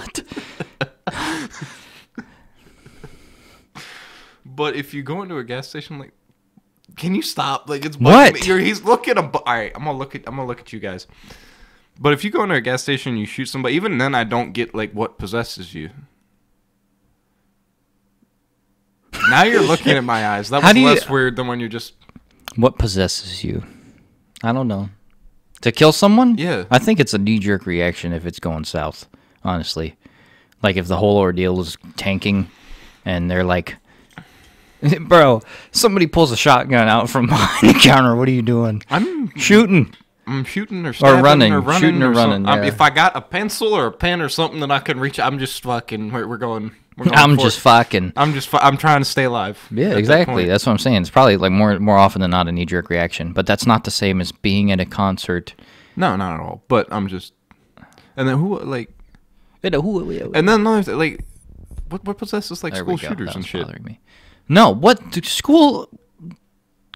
Speaker 1: But if you go into a gas station, like, can you stop? Like, it's bugging
Speaker 2: What?
Speaker 1: me. You're, he's looking. A, all right, I'm gonna look at. I'm gonna look at you guys. But if you go into a gas station, and you shoot somebody. Even then, I don't get like what possesses you. Now you're looking at my eyes. That
Speaker 2: How
Speaker 1: was
Speaker 2: do you-
Speaker 1: less weird than when you're just.
Speaker 2: What possesses you? I don't know. To kill someone?
Speaker 1: Yeah.
Speaker 2: I think it's a knee jerk reaction if it's going south, honestly. Like if the whole ordeal is tanking and they're like, bro, somebody pulls a shotgun out from behind the counter. What are you doing?
Speaker 1: I'm
Speaker 2: Shooting.
Speaker 1: I'm shooting or stabbing
Speaker 2: running,
Speaker 1: or running
Speaker 2: shooting or
Speaker 1: something.
Speaker 2: running,
Speaker 1: I'm-
Speaker 2: yeah.
Speaker 1: If I got a pencil or a pen or something that I can reach, I'm just fucking. We're, we're going. We're going
Speaker 2: I'm
Speaker 1: for it.
Speaker 2: just fucking.
Speaker 1: I'm just. fu- I'm trying to stay alive.
Speaker 2: Yeah,
Speaker 1: at that
Speaker 2: exactly.
Speaker 1: point.
Speaker 2: That's what I'm saying. It's probably like more more often than not a knee jerk reaction, but that's not the same as being at a concert.
Speaker 1: No, not at all. But I'm just. And then who like?
Speaker 2: And
Speaker 1: And then another thing, like, what what possesses like
Speaker 2: There
Speaker 1: school
Speaker 2: we go. That
Speaker 1: shooters and
Speaker 2: was
Speaker 1: shit?
Speaker 2: bothering me. No, what dude, school?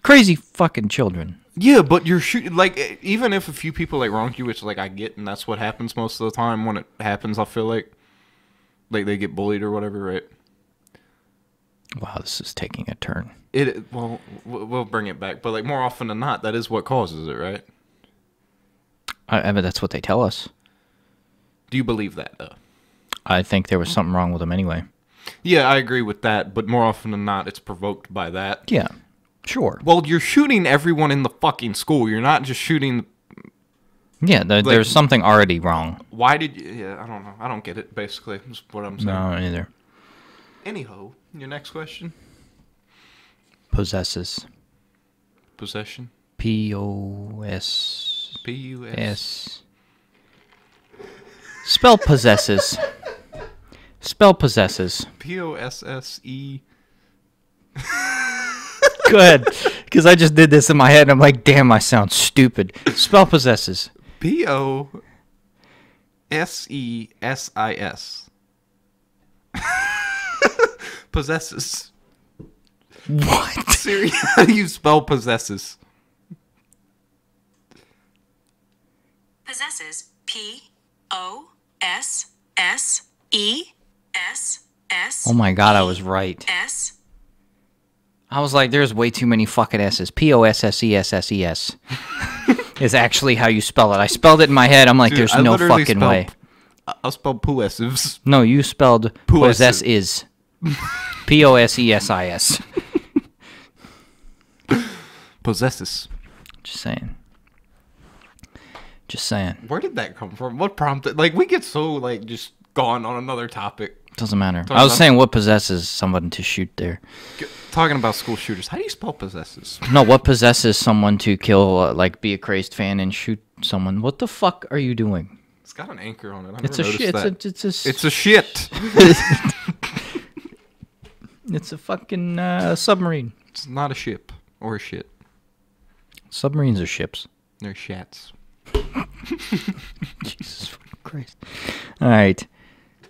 Speaker 2: Crazy fucking children.
Speaker 1: Yeah, but you're shooting like e- even if a few people like wrong you, which like I get, and that's what happens most of the time when it happens. I feel like, like they get bullied or whatever, right?
Speaker 2: Wow, this is taking a turn.
Speaker 1: It well w- we'll bring it back, but like more often than not, that is what causes it, right?
Speaker 2: I, I mean, that's what they tell us.
Speaker 1: Do you believe that though?
Speaker 2: I think there was something wrong with them anyway.
Speaker 1: Yeah, I agree with that, but more often than not, it's provoked by that.
Speaker 2: Yeah, sure.
Speaker 1: Well, you're shooting everyone in the fucking school. You're not just shooting.
Speaker 2: Yeah, there, there's something already wrong.
Speaker 1: Why did you? Yeah, I don't know. I don't get it. Basically, is what I'm saying.
Speaker 2: No, either
Speaker 1: Anyhow, your next question.
Speaker 2: possesses
Speaker 1: Possession.
Speaker 2: p o s
Speaker 1: P U S.
Speaker 2: s. Spell possesses. Spell possesses.
Speaker 1: P O S S E.
Speaker 2: Good, because I just did this in my head. and I'm like, damn, I sound stupid. Spell possesses.
Speaker 1: P O S E S I S. Possesses.
Speaker 2: What?
Speaker 1: Siri, how do you spell possesses?
Speaker 4: Possesses P O S S E S S
Speaker 2: Oh my god, I was right.
Speaker 4: S.
Speaker 2: I was like, there's way too many fucking S's. P O S S E S S E S is actually how you spell it. I spelled it in my head. I'm like,
Speaker 1: Dude,
Speaker 2: there's
Speaker 1: I
Speaker 2: no
Speaker 1: literally
Speaker 2: fucking
Speaker 1: spelled-
Speaker 2: way.
Speaker 1: I- I'll spell possessives.
Speaker 2: No, you spelled possess
Speaker 1: E
Speaker 2: is. P O S E S I S.
Speaker 1: Possesses.
Speaker 2: Just saying. Just saying.
Speaker 1: Where did that come from? What prompted? Like we get so like just gone on another topic.
Speaker 2: Doesn't matter. I was
Speaker 1: about-
Speaker 2: saying what possesses someone to shoot there.
Speaker 1: G- Talking about school shooters. How do you spell possesses?
Speaker 2: No, what possesses someone to kill, uh, like be a crazed fan and shoot someone? What the fuck are you doing?
Speaker 1: It's got an anchor on it. I've
Speaker 2: It's a
Speaker 1: never
Speaker 2: shit.
Speaker 1: noticed
Speaker 2: It's
Speaker 1: that.
Speaker 2: a, it's a s-
Speaker 1: It's a shit.
Speaker 2: It's a fucking uh, submarine.
Speaker 1: It's not a ship or a shit.
Speaker 2: Submarines are ships.
Speaker 1: They're shats.
Speaker 2: Jesus fucking Christ. All right.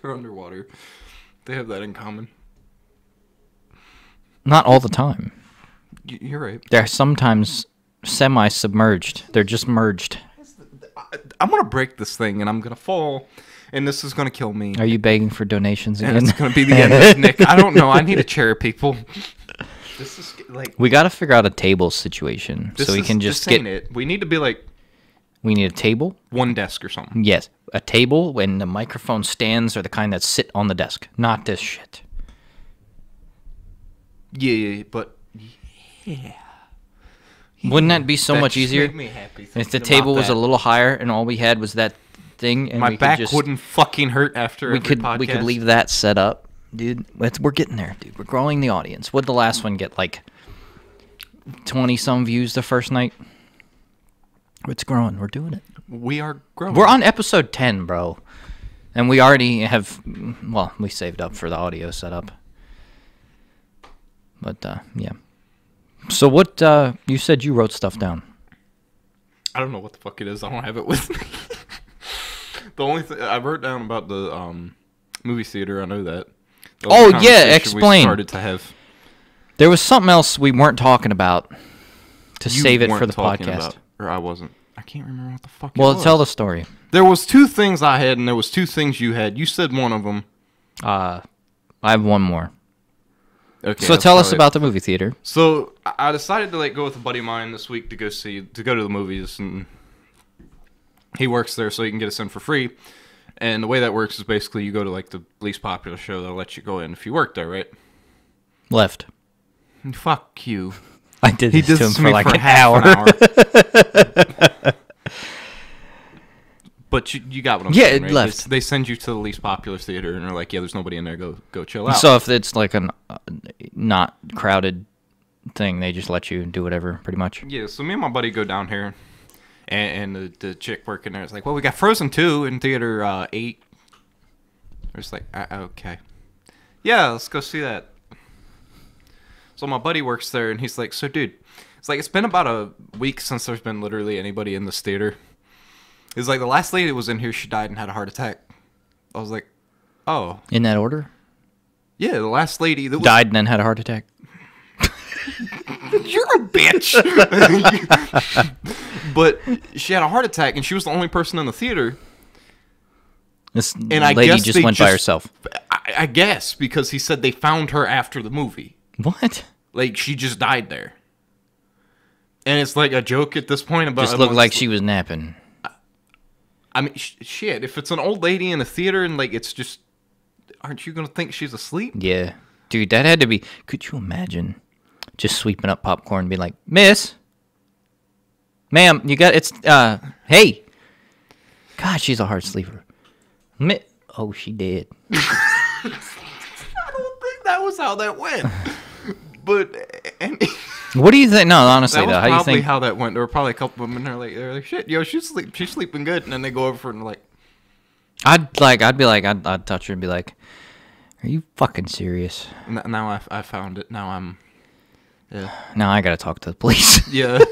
Speaker 1: They're underwater. They have that in common.
Speaker 2: Not all the time.
Speaker 1: Y- You're right.
Speaker 2: They're sometimes semi submerged, they're just merged.
Speaker 1: I- I'm gonna break this thing, and I'm gonna fall, and this is gonna kill me.
Speaker 2: Are you begging for donations
Speaker 1: and
Speaker 2: again?
Speaker 1: it's gonna be the end of Nick. I don't know. I need a chair, people. This is like
Speaker 2: we got to figure out a table situation
Speaker 1: this
Speaker 2: so we
Speaker 1: is-
Speaker 2: can just
Speaker 1: this ain't
Speaker 2: get.
Speaker 1: it. We need to be like
Speaker 2: We need a table.
Speaker 1: one desk or something.
Speaker 2: Yes, a table when the microphone stands are the kind that sit on the desk. Not this shit.
Speaker 1: Yeah, yeah, yeah, but
Speaker 2: Wouldn't that be so
Speaker 1: that
Speaker 2: much
Speaker 1: just
Speaker 2: easier
Speaker 1: made me happy
Speaker 2: if the
Speaker 1: thinking about
Speaker 2: table was a
Speaker 1: that.
Speaker 2: little higher and all we had was that thing? And
Speaker 1: my
Speaker 2: we could
Speaker 1: back
Speaker 2: just-
Speaker 1: wouldn't fucking hurt after
Speaker 2: we
Speaker 1: every
Speaker 2: could
Speaker 1: podcast.
Speaker 2: we could leave that set up, dude. That's, we're getting there, dude. We're growing the audience. Would the last one get like twenty some views the first night? It's growing. We're doing it.
Speaker 1: We are growing.
Speaker 2: We're on episode ten, bro. And we already have, well, we saved up for the audio setup. But uh, yeah. So what uh, you said you wrote stuff down.
Speaker 1: I don't know what the fuck it is. I don't have it with me. the only thing I wrote down about the um, movie theater, I know that. The
Speaker 2: Oh,
Speaker 1: only
Speaker 2: yeah,
Speaker 1: conversation we
Speaker 2: explain.
Speaker 1: started to have.
Speaker 2: There was something else we weren't talking about to
Speaker 1: you
Speaker 2: save it for
Speaker 1: weren't
Speaker 2: the
Speaker 1: talking
Speaker 2: podcast.
Speaker 1: about- or I wasn't. I can't remember what the fuck. it
Speaker 2: well,
Speaker 1: was.
Speaker 2: tell the story.
Speaker 1: There was two things I had, and there was two things you had. You said one of them.
Speaker 2: Uh, I have one more.
Speaker 1: Okay.
Speaker 2: so
Speaker 1: that's
Speaker 2: tell us
Speaker 1: probably it.
Speaker 2: about the movie theater.
Speaker 1: So I I decided to like go with a buddy of mine this week to go see to go to the movies, and he works there, so he can get us in for free. And the way that works is basically you go to like the least popular show, they'll let you go in if you work there, right?
Speaker 2: Left.
Speaker 1: Fuck you.
Speaker 2: I did
Speaker 1: He did
Speaker 2: this to him
Speaker 1: this
Speaker 2: for like an
Speaker 1: half
Speaker 2: hour.
Speaker 1: an hour. but you, you got what I'm
Speaker 2: Yeah,
Speaker 1: saying.
Speaker 2: it
Speaker 1: right?
Speaker 2: left.
Speaker 1: It's- They send you to the least popular theater, and they're like, "Yeah, there's nobody in there. Go go chill out."
Speaker 2: So if it's like an uh, not crowded thing, they just let you do whatever, pretty much.
Speaker 1: Yeah, so me and my buddy go down here, and, and the, the chick working there is like, "Well, we got Frozen two in theater uh, eight. We're just like, uh, "Okay, yeah, let's go see that." So my buddy works there, and he's like, "So, dude, it's like it's been about a week since there's been literally anybody in this theater. It's like the last lady that was in here, she died and had a heart attack." I was like, "Oh,
Speaker 2: In that order,
Speaker 1: yeah, the last lady that was
Speaker 2: died and then had a heart attack.
Speaker 1: You're a bitch. but she had a heart attack, and she was the only person in the theater.
Speaker 2: This
Speaker 1: I
Speaker 2: lady
Speaker 1: guess
Speaker 2: just
Speaker 1: they
Speaker 2: went by
Speaker 1: just-
Speaker 2: herself.
Speaker 1: I, I guess because he said they found her after the movie.
Speaker 2: What?
Speaker 1: Like she just died there. And it's like a joke at this point about.
Speaker 2: Just looked like she was napping.
Speaker 1: I mean, sh- shit. If it's an old lady in a theater and like it's just, aren't you gonna think she's asleep?
Speaker 2: Yeah, dude, that had to be. Could you imagine just sweeping up popcorn and be like, Miss, ma'am, you got it's. Uh, hey, God, she's a hard sleeper. Mi- oh, she did.
Speaker 1: I don't think that was how that went. but and.
Speaker 2: What do you think? No, honestly,
Speaker 1: That was
Speaker 2: though, how do you
Speaker 1: probably
Speaker 2: think?
Speaker 1: how that went. There were probably a couple of them, and they're like, they're like, "Shit, yo, she's sleep, she's sleeping good." And then they go over and they're like,
Speaker 2: I'd like, I'd be like, I'd, I'd touch her and be like, Are you fucking serious?
Speaker 1: "N- "Now I, f- I found it. Now I'm." Yeah,
Speaker 2: Now I gotta talk to the police.
Speaker 1: yeah.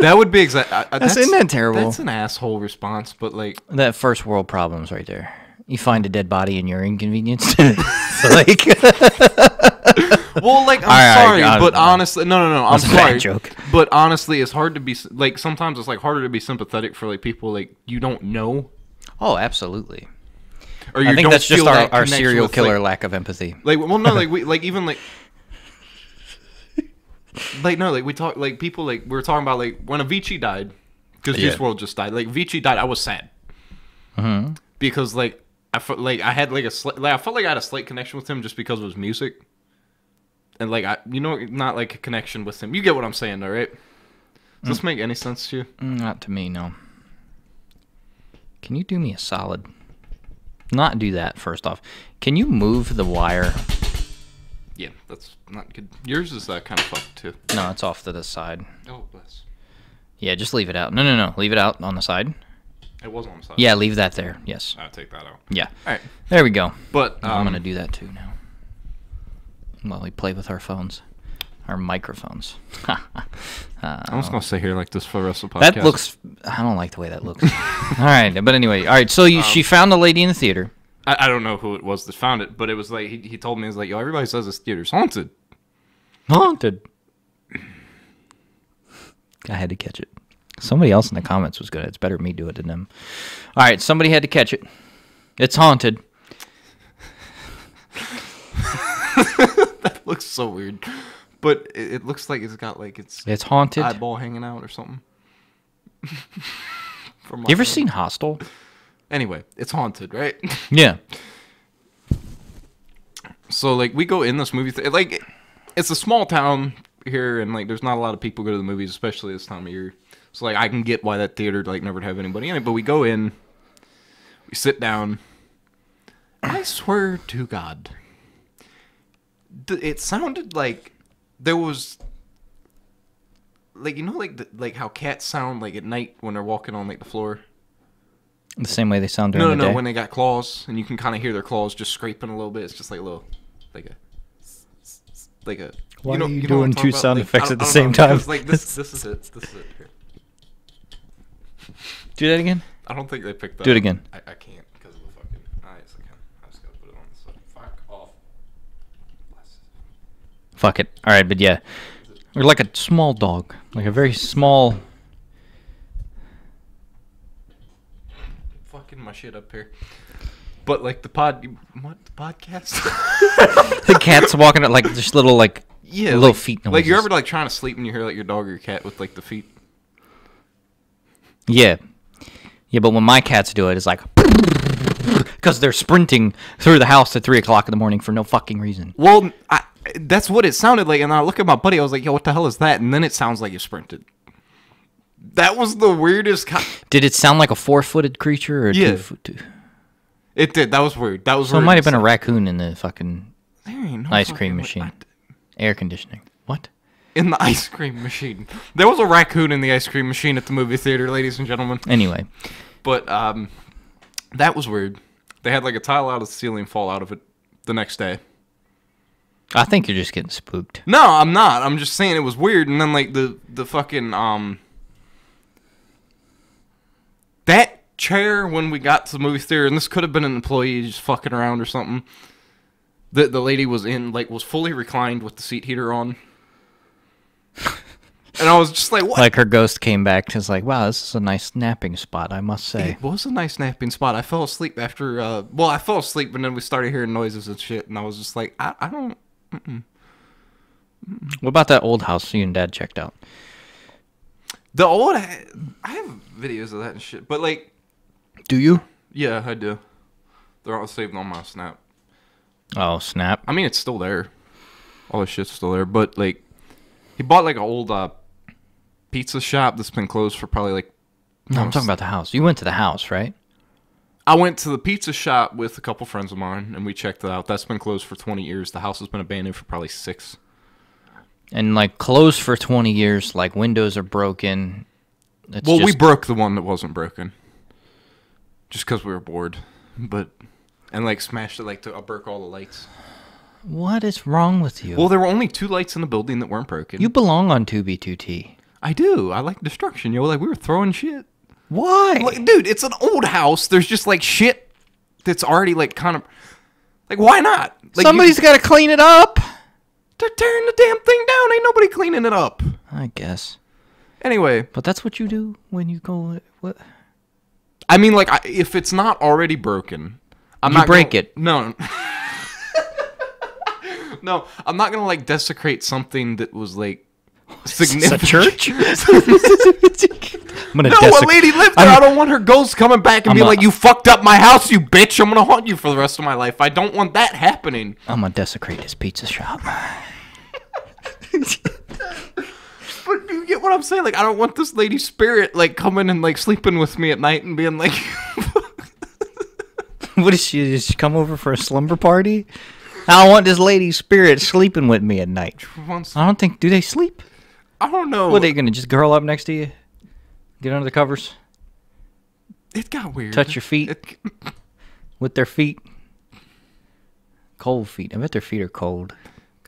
Speaker 1: that would be exact. I- I-
Speaker 2: That's- isn't that terrible?
Speaker 1: That's an asshole response, but like,
Speaker 2: that first world problems right there. You find a dead body and you're inconvenienced. like,
Speaker 1: well, like I'm
Speaker 2: I- I-
Speaker 1: sorry,
Speaker 2: I don't
Speaker 1: but
Speaker 2: know.
Speaker 1: honestly, no, no, no, I'm
Speaker 2: That's a bad
Speaker 1: sorry.
Speaker 2: joke.
Speaker 1: But honestly, it's hard to be s- like sometimes it's like harder to be sympathetic for like people like you don't know
Speaker 2: oh, absolutely.
Speaker 1: or you
Speaker 2: I think
Speaker 1: don't
Speaker 2: that's just
Speaker 1: feel
Speaker 2: our,
Speaker 1: that
Speaker 2: our
Speaker 1: connection
Speaker 2: serial
Speaker 1: with, like-
Speaker 2: killer lack of empathy.
Speaker 1: Like, well, no, like we, like even like, like no, like we talk, like people, like we were talking about, like when Avicii died, because
Speaker 2: Yeah. Mm-hmm.
Speaker 1: Juice World just died. Like Avicii died, I was sad because like I felt like I had like a slight, like I felt like I had a slight connection with him just because of his music, and like I, you know, not like a connection with him. You get what I'm saying, though, right? Does
Speaker 2: Mm.
Speaker 1: this make any sense to you?
Speaker 2: Not to me, no. Can you do me a solid? Not do that, first off. Can you move the wire?
Speaker 1: Yeah, that's not good. Yours is that kind of fucked too.
Speaker 2: No, it's off to the side.
Speaker 1: Oh bless.
Speaker 2: Yeah, just leave it out. No, no, no. Leave it out on the side.
Speaker 1: It was on the side.
Speaker 2: Yeah, leave that there. Yes.
Speaker 1: I'll take that out.
Speaker 2: Yeah.
Speaker 1: All right,
Speaker 2: There we go.
Speaker 1: but um,
Speaker 2: I'm going to do that too now. While we play with our phones, our microphones.
Speaker 1: I'm just gonna sit here like this for the rest of the podcast.
Speaker 2: That looks. I don't like the way that looks. all right, but anyway, all right. So you, she found the lady in the theater.
Speaker 1: I, I don't know who it was that found it, but it was like he, he told me it was like yo everybody says this theater's haunted.
Speaker 2: Haunted. I had to catch it. Somebody else in the comments was good. It's better me do it than them. All right, somebody had to catch it. It's haunted.
Speaker 1: That looks so weird, but it, it looks like it's got like its
Speaker 2: It's haunted.
Speaker 1: eyeball hanging out or something. From my
Speaker 2: you ever
Speaker 1: head.
Speaker 2: seen Hostel?
Speaker 1: Anyway, it's haunted, right?
Speaker 2: Yeah.
Speaker 1: so like we go in this movie th- like it's a small town here, and like there's not a lot of people go to the movies, especially this time of year. So like I can get why that theater like never would have anybody in it, but we go in, we sit down. I swear to God. th- it sounded like there was like you know like the, like how cats sound like at night when they're walking on like the floor
Speaker 2: The same way they sound during
Speaker 1: No, no,
Speaker 2: the day.
Speaker 1: no. When they got claws, and you can kind of hear their claws just scraping a little bit. It's just like a little, like a, like a.
Speaker 5: Why
Speaker 1: know-
Speaker 5: are you
Speaker 1: know what
Speaker 5: doing
Speaker 1: I'm talking
Speaker 5: two sound
Speaker 1: Like, I
Speaker 5: effects
Speaker 1: don't-
Speaker 5: at the
Speaker 1: I don't
Speaker 5: same
Speaker 1: know,
Speaker 5: time?
Speaker 1: because, Like this, this is it. This is it. Here.
Speaker 2: Do that again.
Speaker 1: I don't think they picked that.
Speaker 2: Do it
Speaker 1: up.
Speaker 2: again.
Speaker 1: I, I can't because of the fucking. I yes, I can. I just gotta put it on. So fuck off. Bless.
Speaker 2: Fuck it. All right, but yeah, we're like a small dog, like a very small.
Speaker 1: Fucking my shit up here. But like the pod, what the podcast?
Speaker 2: The cat's walking at like just little like
Speaker 1: yeah,
Speaker 2: little
Speaker 1: like-
Speaker 2: feet noises.
Speaker 1: Like you're ever like trying to sleep and you hear like your dog or your cat with like the feet.
Speaker 2: yeah, yeah. But when my cats do it, it's like because they're sprinting through the house at three o'clock in the morning for no fucking reason.
Speaker 1: Well, I, that's what it sounded like, and I look at my buddy. I was like, "Yo, what the hell is that?" And then it sounds like you sprinted. That was the weirdest. Co-
Speaker 2: Did it sound like a four-footed creature or
Speaker 1: Yeah.
Speaker 2: two? Foot, two?
Speaker 1: it did. That was weird. That was.
Speaker 2: So it
Speaker 1: weird.
Speaker 2: might have been a raccoon in the fucking
Speaker 1: There ain't no
Speaker 2: ice
Speaker 1: fucking
Speaker 2: cream
Speaker 1: way-
Speaker 2: machine.
Speaker 1: I-
Speaker 2: air conditioning. What?
Speaker 1: in the ice cream machine. There was a raccoon in the ice cream machine at the movie theater, ladies and gentlemen.
Speaker 2: Anyway,
Speaker 1: But um, that was weird. They had like a tile out of the ceiling fall out of it the next day.
Speaker 2: I think you're just getting spooked.
Speaker 1: No, I'm not. I'm just saying it was weird. And then like the the fucking um that chair when we got to the movie theater, and this could have been an employee just fucking around or something. That the lady was in like was fully reclined with the seat heater on. and I was just like, what?
Speaker 2: Like her ghost came back. She's like, "Wow, this is a nice napping spot, I must say."
Speaker 1: It was a nice napping spot. I fell asleep after. Uh, well, I fell asleep, and then we started hearing noises and shit, and I was just like, I, I don't.
Speaker 2: What about that old house you and Dad checked out?
Speaker 1: The old. I have videos of that and shit, but like,
Speaker 2: Do you?
Speaker 1: yeah, I do. They're all saved on my snap.
Speaker 2: Oh snap!
Speaker 1: I mean, it's still there. All the shit's still there, but like, he bought like an old uh, pizza shop that's been closed for probably like.
Speaker 2: No, I'm talking about the house. You went to the house, right?
Speaker 1: I went to the pizza shop with a couple friends of mine, and we checked it out. That's been closed for twenty years. The house has been abandoned for probably six.
Speaker 2: And like closed for 20 years. Like windows are broken. It's
Speaker 1: Well, we
Speaker 2: just-
Speaker 1: broke the one that wasn't broken, just because we were bored, but and like smashed it like to I broke all the lights.
Speaker 2: what is wrong with you?
Speaker 1: Well, there were only two lights in the building that weren't broken.
Speaker 2: you belong on 2B2T.
Speaker 1: I do. I like destruction. Yo, like we were throwing shit.
Speaker 2: Why?
Speaker 1: Like, dude, it's an old house. There's just like shit that's already like kind of like why not? Like
Speaker 2: Somebody's got to clean it up.
Speaker 1: they're tearing the damn thing down. Ain't nobody cleaning it up.
Speaker 2: I guess.
Speaker 1: Anyway,
Speaker 2: But that's what you do when you go. uh, What?
Speaker 1: I mean, like I, if it's not already broken, I'm
Speaker 2: You
Speaker 1: not
Speaker 2: break
Speaker 1: gonna-
Speaker 2: it.
Speaker 1: No. no, I'm not gonna like desecrate something that was like
Speaker 2: It's a
Speaker 1: significant.
Speaker 2: church. I'm gonna
Speaker 1: No,
Speaker 2: desecrate-
Speaker 1: a lady lived there. I'm,
Speaker 2: I'm-
Speaker 1: I do not want her ghost coming back and
Speaker 2: I'm
Speaker 1: be
Speaker 2: a-
Speaker 1: like, "You fucked up my house, you bitch. I'm gonna haunt you for the rest of my life." I don't want that happening.
Speaker 2: I'm gonna desecrate this pizza shop.
Speaker 1: But do you get what I'm saying? Like, I don't want this lady's spirit like coming and like sleeping with me at night and being like,
Speaker 2: What is she? Did she come over for a slumber party? I don't want this lady's spirit sleeping with me at night.
Speaker 1: once-
Speaker 2: I don't think. Do they sleep?
Speaker 1: I don't know.
Speaker 2: What are they gonna just curl up next to you? Get under the covers
Speaker 1: it got weird.
Speaker 2: touch your feet?
Speaker 1: It-
Speaker 2: with their feet? Cold feet. I bet their feet are cold.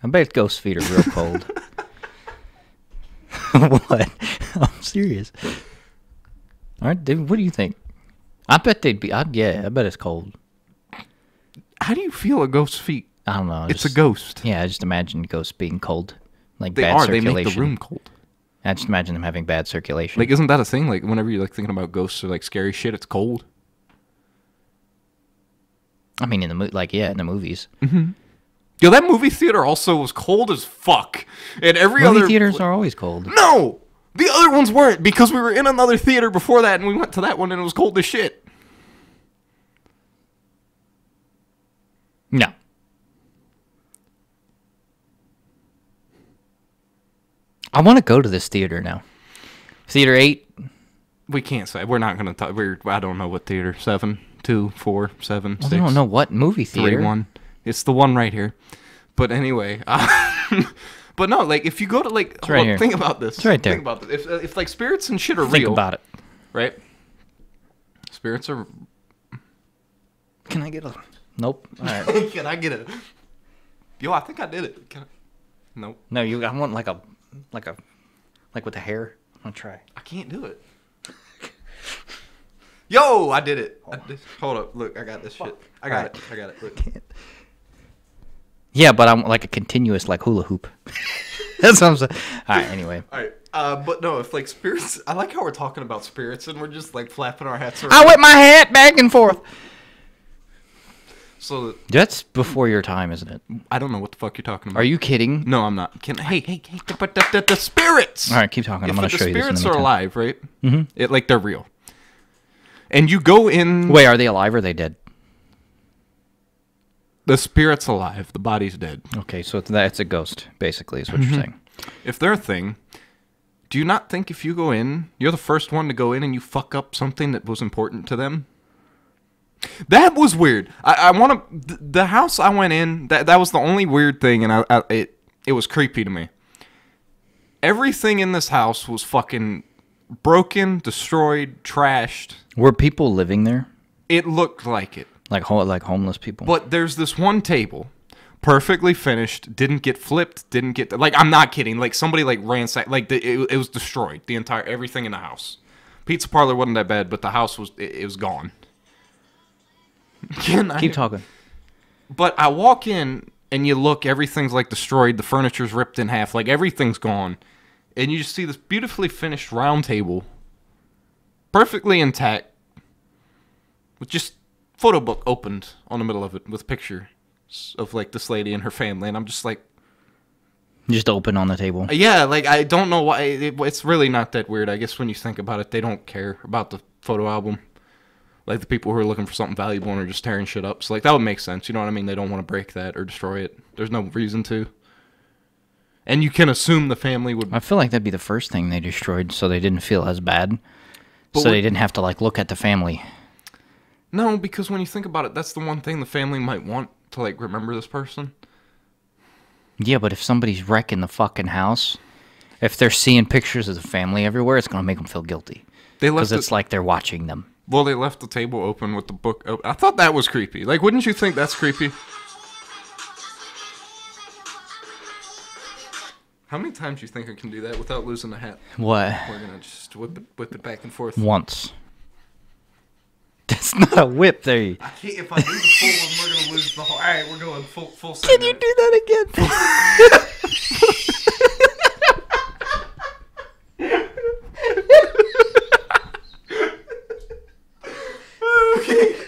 Speaker 2: I bet ghost feet are real cold. what? I'm serious. All right, dude. What do you think? I bet they'd be. I, yeah, I bet it's cold.
Speaker 1: How do you feel a ghost's feet?
Speaker 2: I don't know.
Speaker 1: It's a
Speaker 2: just-
Speaker 1: ghost.
Speaker 2: Yeah, I just imagine ghosts being cold, like
Speaker 1: They
Speaker 2: bad
Speaker 1: are. They
Speaker 2: circulation.
Speaker 1: make the room cold.
Speaker 2: I just imagine them having bad circulation.
Speaker 1: Like, isn't that a thing? Like, whenever you're like thinking about ghosts or like scary shit, it's cold.
Speaker 2: I mean, in the mo- like yeah, in the movies,
Speaker 1: Yo, that movie theater also was cold as fuck. And every
Speaker 2: movie
Speaker 1: other
Speaker 2: theaters are always cold.
Speaker 1: No, the other ones weren't because we were in another theater before that, and we went to that one, and it was cold as shit.
Speaker 2: No. I want to go to this theater now. Theater eight.
Speaker 1: We can't say we're not gonna talk. We're I don't know what theater seven, two, four, seven,
Speaker 2: Well,
Speaker 1: six,
Speaker 2: I don't know what movie theater.
Speaker 1: three, one. It's the one right here. But anyway, uh, but no, like if you go to like hold
Speaker 2: right
Speaker 1: on,
Speaker 2: here.
Speaker 1: think about this. uh,
Speaker 2: right there.
Speaker 1: Think about this. If if like spirits and shit are
Speaker 2: Think
Speaker 1: real,
Speaker 2: about it.
Speaker 1: right? Spirits are.
Speaker 2: Can I get a? Nope. All right.
Speaker 1: Can I get a? Yo, I think I did it. Can I? Nope,
Speaker 2: No, you. I want like a, like a, like with the hair. I'm gonna try.
Speaker 1: I can't do it. Yo, I did it. I did- Hold up, look, I got this shit. I got
Speaker 2: Alright.
Speaker 1: it. I got it. Look.
Speaker 2: Yeah, but I'm like a continuous like hula hoop. That's what I'm saying. All right. Anyway.
Speaker 1: All right, uh, but no, if like spirits, I like how we're talking about spirits and we're just like flapping our hats around.
Speaker 2: I whip my hat back and forth.
Speaker 1: so
Speaker 2: That's before your time, isn't it?
Speaker 1: I don't know what the fuck you're talking about.
Speaker 2: Are you kidding?
Speaker 1: No, I'm not. Can hey hey hey, the- but the, the, the spirits.
Speaker 2: All right, keep talking. I'm
Speaker 1: If
Speaker 2: gonna
Speaker 1: the
Speaker 2: show you this. in a
Speaker 1: spirits are
Speaker 2: minute.
Speaker 1: alive, right? Mm-hmm. It like they're real. And you go in.
Speaker 2: Wait, are they alive or are they dead?
Speaker 1: The spirit's alive. The body's dead.
Speaker 2: Okay, so it's, that's a ghost, basically, is what
Speaker 1: Mm-hmm.
Speaker 2: you're saying.
Speaker 1: If they're a thing, do you not think if you go in, you're the first one to go in and you fuck up something that was important to them? That was weird. I, I want to. The house I went in, that that was the only weird thing, and I, I it it was creepy to me. Everything in this house was fucking broken, destroyed, trashed.
Speaker 2: Were people living there,
Speaker 1: It looked like it.
Speaker 2: like ho- like homeless people?
Speaker 1: But there's this one table, perfectly finished, didn't get flipped, didn't get like I'm not kidding. Like somebody like ransacked, like the, it, it was destroyed. The entire everything in the house. Pizza parlor wasn't that bad, but the house was it, it was gone. Can I-
Speaker 2: Keep talking.
Speaker 1: But I walk in and you look, everything's like destroyed. The furniture's ripped in half, like everything's gone, and you just see this beautifully finished round table, perfectly intact, with just photo book opened on the middle of it with pictures of like this lady and her family, and I'm just like,
Speaker 2: Just open on the table.
Speaker 1: yeah, like I don't know why it, it's really not that weird. I guess when you think about it, they don't care about the photo album. Like the people who are looking for something valuable and are just tearing shit up. So like that would make sense. You know what I mean? They don't want to break that or destroy it. There's no reason to. And you can assume the family would.
Speaker 2: I feel like that'd be the first thing they destroyed, so they didn't feel as bad. so
Speaker 1: what-
Speaker 2: they didn't have to like look at the family.
Speaker 1: No, because when you think about it, that's the one thing the family might want to like remember this person.
Speaker 2: Yeah, but if somebody's wrecking the fucking house, if they're seeing pictures of the family everywhere, it's gonna make them feel guilty
Speaker 1: They
Speaker 2: because
Speaker 1: left
Speaker 2: it's
Speaker 1: it.
Speaker 2: like they're watching them.
Speaker 1: well, they left the table open with the book. Open. I thought that was creepy. Like, wouldn't you think that's creepy? How many times do you think I can do that without losing a hat?
Speaker 2: What?
Speaker 1: We're gonna just whip it, whip it back and forth.
Speaker 2: Once. That's not a whip, there. You.
Speaker 1: I can't, if I do the full one, we're gonna lose the whole. All right, we're going full full. Can
Speaker 2: you do that again?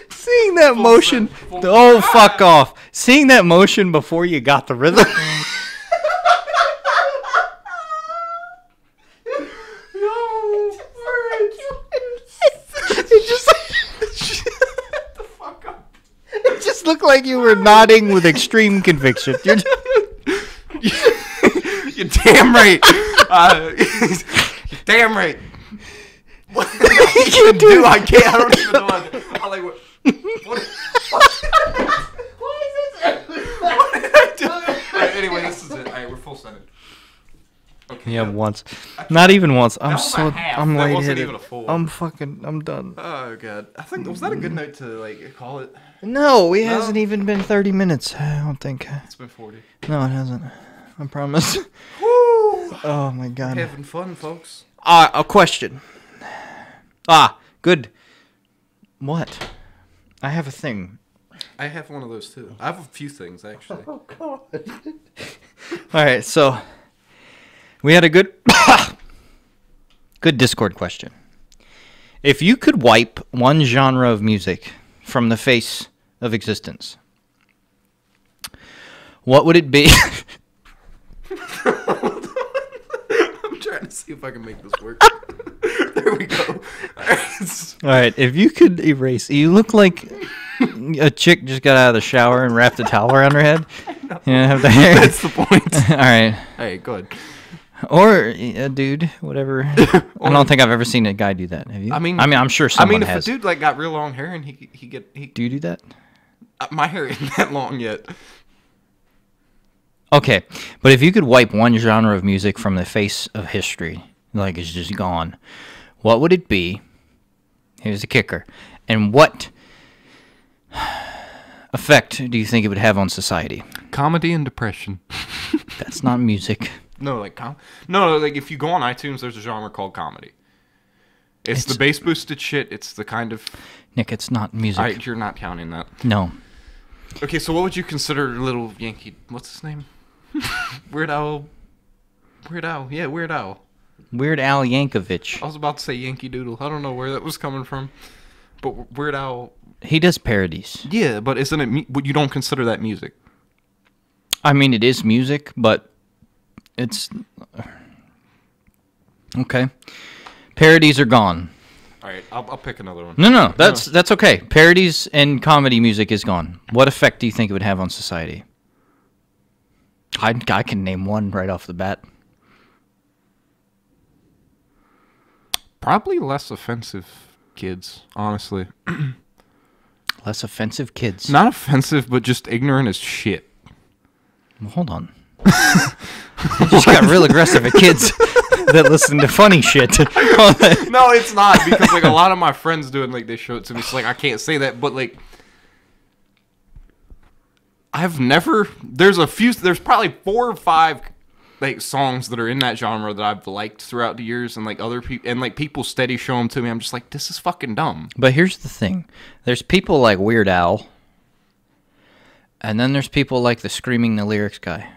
Speaker 2: Seeing that motion, oh fuck off! Seeing that motion before you got the rhythm. it just,
Speaker 1: the fuck up?
Speaker 2: it just looked like you were nodding with extreme conviction. You're just-
Speaker 1: You're damn right. Uh, you're damn right. What do I do? I can't. I don't even know. how to- I like what. What, what did I do? Alright, anyway, this is it. All right, we're full centered. Okay.
Speaker 2: yeah, once, not even once. I'm
Speaker 1: was a
Speaker 2: so
Speaker 1: half.
Speaker 2: I'm
Speaker 1: That wasn't
Speaker 2: late headed.
Speaker 1: even a full.
Speaker 2: I'm fucking. I'm done.
Speaker 1: Oh god. I think was that a good note to like call it?
Speaker 2: No, it hasn't even been 30 minutes. I don't think.
Speaker 1: It's been forty.
Speaker 2: No, it hasn't. I promise.
Speaker 1: Woo!
Speaker 2: Oh my god.
Speaker 1: Having fun, folks.
Speaker 2: Ah, a question. Ah, good. What? I have a thing.
Speaker 1: I have one of those too. I have a few things actually.
Speaker 2: All right, so we had a good good Discord question. If you could wipe one genre of music from the face of existence, what would it be?
Speaker 1: I'm trying to see if I can make this work. there we go. Alright.
Speaker 2: All right, if you could erase, you look like a chick just got out of the shower and wrapped a towel around her head. You know, have the hair.
Speaker 1: That's the point.
Speaker 2: All right,
Speaker 1: Hey, go ahead.
Speaker 2: or a dude, whatever. I don't think I've ever seen a guy do that. Have you?
Speaker 1: I mean-
Speaker 2: I mean, I'm sure
Speaker 1: I
Speaker 2: someone
Speaker 1: mean, if
Speaker 2: has.
Speaker 1: a dude like got real long hair and he he get he
Speaker 2: do you do that?
Speaker 1: uh, my hair ain't that long yet.
Speaker 2: Okay, but if you could wipe one genre of music from the face of history, like it's just gone, what would it be? Here's the kicker: and what effect do you think it would have on society?
Speaker 1: Comedy and depression.
Speaker 2: That's not music.
Speaker 1: No, like com- no, like if you go on iTunes, there's a genre called comedy. It's, the bass boosted shit. It's the kind of
Speaker 2: Nick, it's not music.
Speaker 1: I, you're not counting that.
Speaker 2: no.
Speaker 1: Okay, so what would you consider little Yankee? What's his name? Weird Al. Weird Al. Yeah, Weird Al.
Speaker 2: Weird Al Yankovic.
Speaker 1: I was about to say Yankee Doodle. I don't know where that was coming from, but Weird Al.
Speaker 2: He does parodies.
Speaker 1: Yeah, but isn't it? mu- But you don't consider that music.
Speaker 2: I mean, it is music, but it's okay. Parodies are gone.
Speaker 1: All right, I'll, I'll pick another one.
Speaker 2: No, no, that's that's okay. Parodies and comedy music is gone. What effect do you think it would have on society? I I can name one right off the bat.
Speaker 1: Probably less offensive kids, honestly.
Speaker 2: Less offensive kids.
Speaker 1: Not offensive, but just ignorant as shit.
Speaker 2: Well, Hold on. I just got real aggressive at kids that listen to funny shit.
Speaker 1: No, it's not because like a lot of my friends do it. and, Like they show it to me. So like I can't say that, but like I've never. There's a few. There's probably four or five like songs that are in that genre that I've liked throughout the years, and like other people and like people steady show them to me. I'm just like, this is fucking dumb.
Speaker 2: but here's the thing: there's people like Weird Al, and then there's people like the screaming the lyrics guy,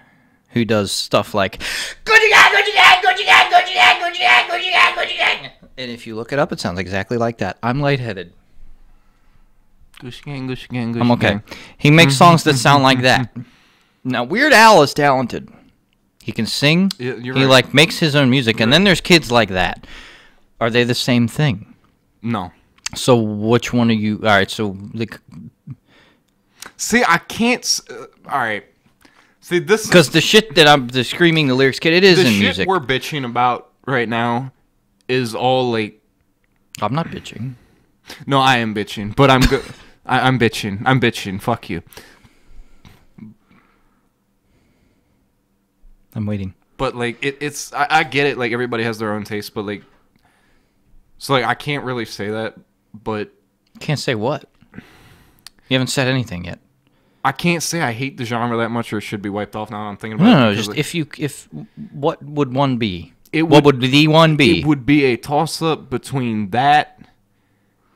Speaker 2: who does stuff like
Speaker 5: Gucci gang, Gucci gang, Gucci gang, Gucci gang, Gucci gang, Gucci gang, Gucci gang.
Speaker 2: And if you look it up, it sounds exactly like that. I'm lightheaded.
Speaker 1: Gush gang, gush gang, gush
Speaker 2: I'm okay. He makes songs that sound like that. Now, Weird Al is talented. He can sing.
Speaker 1: Yeah, you're
Speaker 2: he
Speaker 1: right.
Speaker 2: like makes his own music, and then there's kids like that. Are they the same thing?
Speaker 1: No.
Speaker 2: So which one are you? All right. So the
Speaker 1: See, I can't. s- Uh, all right. See, this
Speaker 2: because the shit that I'm the screaming the lyrics kid, it is
Speaker 1: the
Speaker 2: in
Speaker 1: shit
Speaker 2: music.
Speaker 1: we're bitching about right now is all like
Speaker 2: I'm not bitching.
Speaker 1: No, I am bitching, but I'm good. I'm bitching. I'm bitching. Fuck you.
Speaker 2: I'm waiting.
Speaker 1: But like, it, it's I, I get it. Like everybody has their own taste, but like, so like I can't really say that, but
Speaker 2: Can't say what. You haven't said anything yet.
Speaker 1: I can't say I hate the genre that much or it should be wiped off. Now that I'm thinking about
Speaker 2: No,
Speaker 1: it,
Speaker 2: no, no
Speaker 1: because,
Speaker 2: just
Speaker 1: like,
Speaker 2: if you if what would one be?
Speaker 1: It
Speaker 2: what would the one be?
Speaker 1: it would be a toss up between that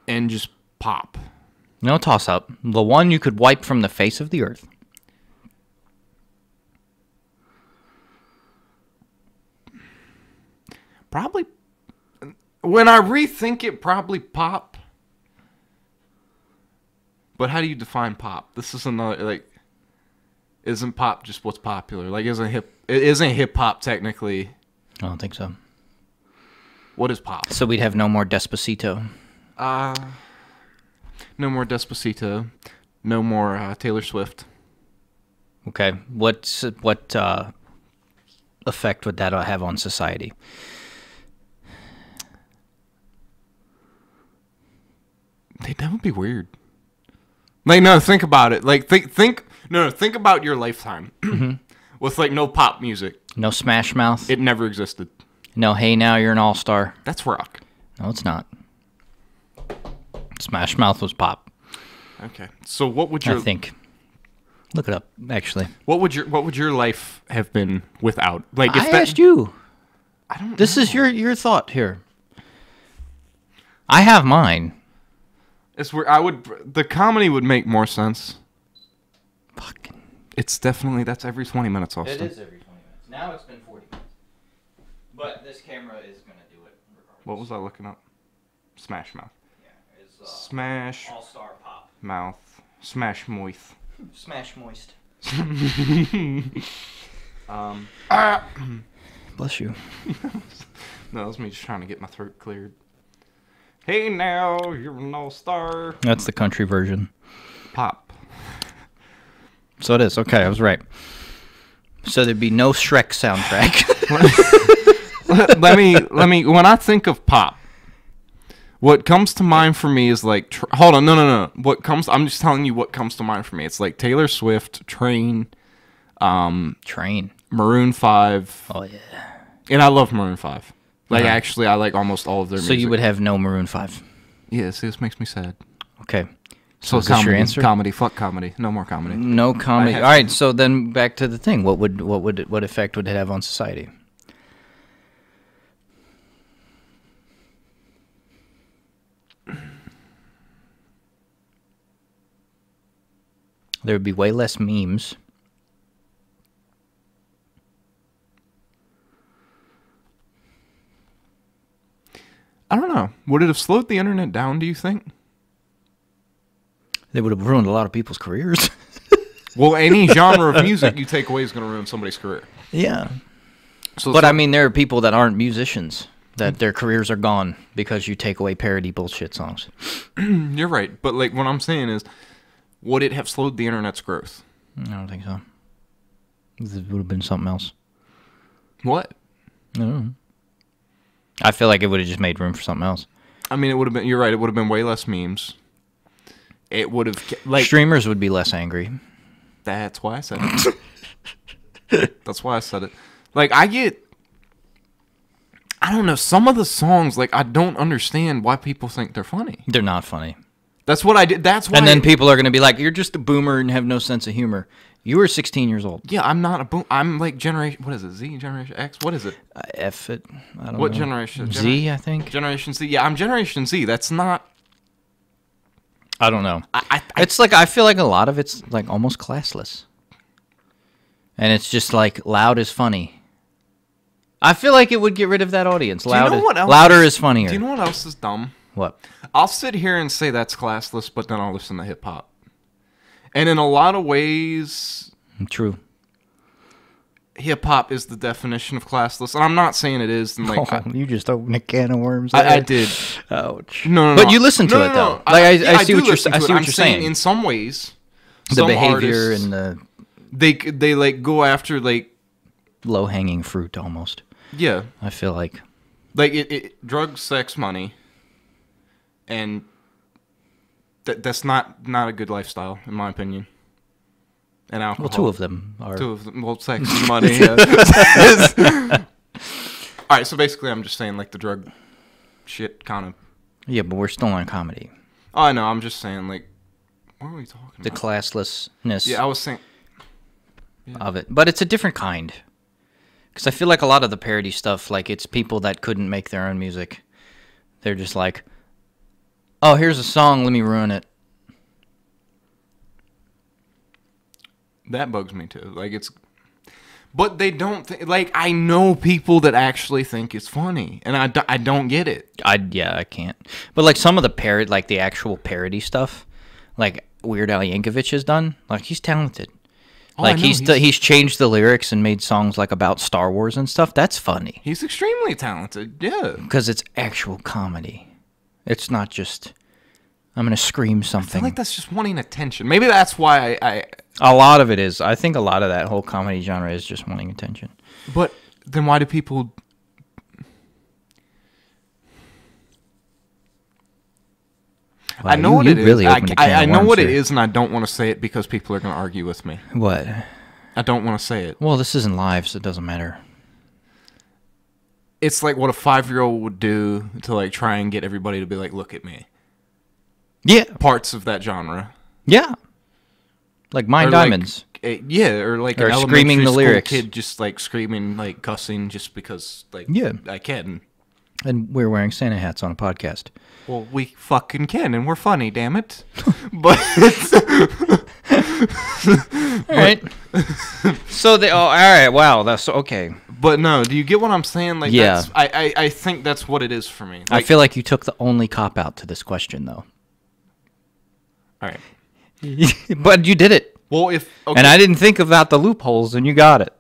Speaker 1: and just pop.
Speaker 2: No toss up. The one you could wipe from the face of the earth.
Speaker 1: Probably when I rethink it, probably pop. But how do you define pop? This is another like isn't pop just what's popular? Like isn't hip it isn't hip hop technically
Speaker 2: I don't think so.
Speaker 1: what is pop?
Speaker 2: So we'd have no more Despacito.
Speaker 1: Uh no more Despacito, no more uh, Taylor Swift.
Speaker 2: Okay. What's what uh, effect would that have on society?
Speaker 1: They- That would be weird. Like no, think about it. Like think think no, no think about your lifetime with like no pop music.
Speaker 2: No Smash Mouth.
Speaker 1: It never existed.
Speaker 2: no. Hey, now you're an all star.
Speaker 1: That's rock.
Speaker 2: No, it's not. Smash Mouth was pop.
Speaker 1: Okay. So what would your
Speaker 2: I think. Look it up. Actually,
Speaker 1: what would your what would your life have been without? Like if
Speaker 2: I
Speaker 1: that
Speaker 2: asked you.
Speaker 1: I don't
Speaker 2: This is your your thought here. I have mine.
Speaker 1: it's where I would the comedy would make more sense.
Speaker 2: Fucking.
Speaker 1: It's definitely that's every 20 minutes Austin.
Speaker 2: every 20 minutes. Now it's been 40 minutes. But this camera is going to do it.
Speaker 1: What was I looking up? Smash mouth.
Speaker 2: It's, uh,
Speaker 1: Smash
Speaker 2: All-star pop.
Speaker 1: mouth. Smash moith.
Speaker 2: Smash moist.
Speaker 1: Um
Speaker 2: Bless you.
Speaker 1: no, that was me just trying to get my throat cleared. Hey now, you're an all-star.
Speaker 2: That's the country version.
Speaker 1: Pop.
Speaker 2: So it is. Okay, I was right. So there'd be no Shrek soundtrack.
Speaker 1: let me let me when I think of pop, what comes to mind for me is like tr- hold on, no no no. What comes I'm just telling you what comes to mind for me. It's like Taylor Swift, Train,
Speaker 2: Train.
Speaker 1: Maroon 5,
Speaker 2: Oh yeah.
Speaker 1: and I love Maroon 5. Like actually I like almost all of their
Speaker 2: Uh-huh. So
Speaker 1: music.
Speaker 2: you would have no Maroon Five.
Speaker 1: Yeah, see this makes me sad.
Speaker 2: Okay.
Speaker 1: So
Speaker 2: is this your
Speaker 1: comedy,
Speaker 2: answer?
Speaker 1: comedy, fuck comedy, no more comedy.
Speaker 2: No
Speaker 1: I
Speaker 2: comedy. All
Speaker 1: have-
Speaker 2: right. So then back to the thing. What would what would what effect would it have on society? There would be way less memes.
Speaker 1: I don't know. Would it have slowed the internet down? Do you think?
Speaker 2: They would have ruined a lot of people's careers.
Speaker 1: Well, any genre of music you take away is going to ruin somebody's career.
Speaker 2: yeah.
Speaker 1: So
Speaker 2: But I mean, there are people that aren't musicians that their careers are gone because you take away parody bullshit songs.
Speaker 1: you're right. But like what I'm saying is, would it have slowed the internet's growth?
Speaker 2: I don't think so. This would have been something else.
Speaker 1: What?
Speaker 2: No. I feel like it would have just made room for something else.
Speaker 1: I mean, it would have been. You're right. It would have been way less memes. It would have like
Speaker 2: Streamers would be less angry.
Speaker 1: That's why I said it. That's why I said it. Like I get I don't know, some of the songs like I don't understand why people think they're funny.
Speaker 2: They're not funny.
Speaker 1: That's what I did. That's why
Speaker 2: And then people are going to be like, "You're just a boomer and have no sense of humor." You were 16 years old.
Speaker 1: Yeah, I'm not a boom I'm like generation what is it? Z generation X? What is it?
Speaker 2: Uh, F it. I don't
Speaker 1: What
Speaker 2: know.
Speaker 1: generation?
Speaker 2: Z, I think.
Speaker 1: Generation Z. Yeah, I'm generation Z. That's not
Speaker 2: I don't know.
Speaker 1: I I, I
Speaker 2: It's like I feel like a lot of it's like almost classless, and it's just like loud is funny. I feel like it would get rid of that audience.
Speaker 1: you know
Speaker 2: Loud,
Speaker 1: what else-
Speaker 2: louder is funnier.
Speaker 1: Do you know what else is dumb?
Speaker 2: what?
Speaker 1: I'll sit here and say that's classless, but then I'll listen to hip hop. And in a lot of ways,
Speaker 2: True.
Speaker 1: hip hop is the definition of classless, and I'm not saying it is. And like, I,
Speaker 2: Oh, you just opened a can of worms.
Speaker 1: I, I did.
Speaker 2: Ouch.
Speaker 1: No, no, no.
Speaker 2: But you listen to
Speaker 1: No,
Speaker 2: it
Speaker 1: no,
Speaker 2: though.
Speaker 1: no.
Speaker 2: Like I, I,
Speaker 1: yeah,
Speaker 2: see
Speaker 1: do
Speaker 2: what you're,
Speaker 1: listen
Speaker 2: I
Speaker 1: to
Speaker 2: see
Speaker 1: it.
Speaker 2: what
Speaker 1: I'm
Speaker 2: you're saying.
Speaker 1: In some ways,
Speaker 2: the
Speaker 1: some
Speaker 2: behavior
Speaker 1: artists,
Speaker 2: and the
Speaker 1: they c- they like go after like
Speaker 2: low hanging fruit almost.
Speaker 1: yeah,
Speaker 2: I feel like
Speaker 1: like it, it drugs, sex, money, and that that's not not a good lifestyle in my opinion. And alcohol.
Speaker 2: well, two of them are.
Speaker 1: Two of them. Well, sex and money. yeah. All right, so basically, I'm just saying like the drug shit kind of
Speaker 2: Yeah, but we're still on comedy.
Speaker 1: Oh, I know. I'm just saying, like, what are we talking
Speaker 2: The
Speaker 1: about?
Speaker 2: classlessness
Speaker 1: yeah, I was saying.
Speaker 2: of it, but it's a different kind. Because I feel like a lot of the parody stuff, like it's people that couldn't make their own music. They're just like, oh, here's a song, let me ruin it.
Speaker 1: That bugs me too. Like, it's. But they don't. Th- like, I know people that actually think it's funny, and I, do- I don't get it.
Speaker 2: I yeah, I can't. But like some of the parod, like the actual parody stuff, like Weird Al Yankovic has done. Like he's talented.
Speaker 1: Oh, I
Speaker 2: like
Speaker 1: know,
Speaker 2: he's
Speaker 1: he's-
Speaker 2: he's, he's changed the lyrics and made songs like about Star Wars and stuff. That's funny
Speaker 1: He's extremely talented. Yeah.
Speaker 2: because it's actual comedy. It's not just I'm gonna scream
Speaker 1: I
Speaker 2: something.
Speaker 1: feel like that's just wanting attention. Maybe that's why I. I
Speaker 2: a lot of it is. I think a lot of that whole comedy genre is just wanting attention.
Speaker 1: but then why do people. I
Speaker 2: Wow,
Speaker 1: know
Speaker 2: you-
Speaker 1: what
Speaker 2: you
Speaker 1: it is.
Speaker 2: really
Speaker 1: I,
Speaker 2: opened a
Speaker 1: I,
Speaker 2: can of
Speaker 1: I know
Speaker 2: worms
Speaker 1: what it
Speaker 2: here.
Speaker 1: is, and I don't want to say it because people are going to argue with me.
Speaker 2: What?
Speaker 1: I don't want to say it.
Speaker 2: Well, this isn't live, so it doesn't matter.
Speaker 1: It's like what a five year old would do to like try and get everybody to be like, look at me.
Speaker 2: Yeah,
Speaker 1: parts of that genre.
Speaker 2: yeah. Like Mine
Speaker 1: Or, like,
Speaker 2: Diamonds.
Speaker 1: eh, yeah, or like
Speaker 2: Or
Speaker 1: an
Speaker 2: screaming
Speaker 1: elementary
Speaker 2: the
Speaker 1: school
Speaker 2: lyrics.
Speaker 1: kid just like screaming, like cussing, just because like
Speaker 2: Yeah.
Speaker 1: I can.
Speaker 2: and we're wearing Santa hats on a podcast.
Speaker 1: Well, we fucking can, and we're funny, damn it. but
Speaker 2: All right. so they. Oh, all right. Wow. That's okay.
Speaker 1: but no, do you get what I'm saying? Like,
Speaker 2: Yeah.
Speaker 1: that's, I, I I think that's what it is for me.
Speaker 2: I
Speaker 1: Like,
Speaker 2: feel like you took the only cop out to this question, though.
Speaker 1: all right.
Speaker 2: but you did it,
Speaker 1: Well, if okay,
Speaker 2: and I didn't think about the loopholes, and you got it.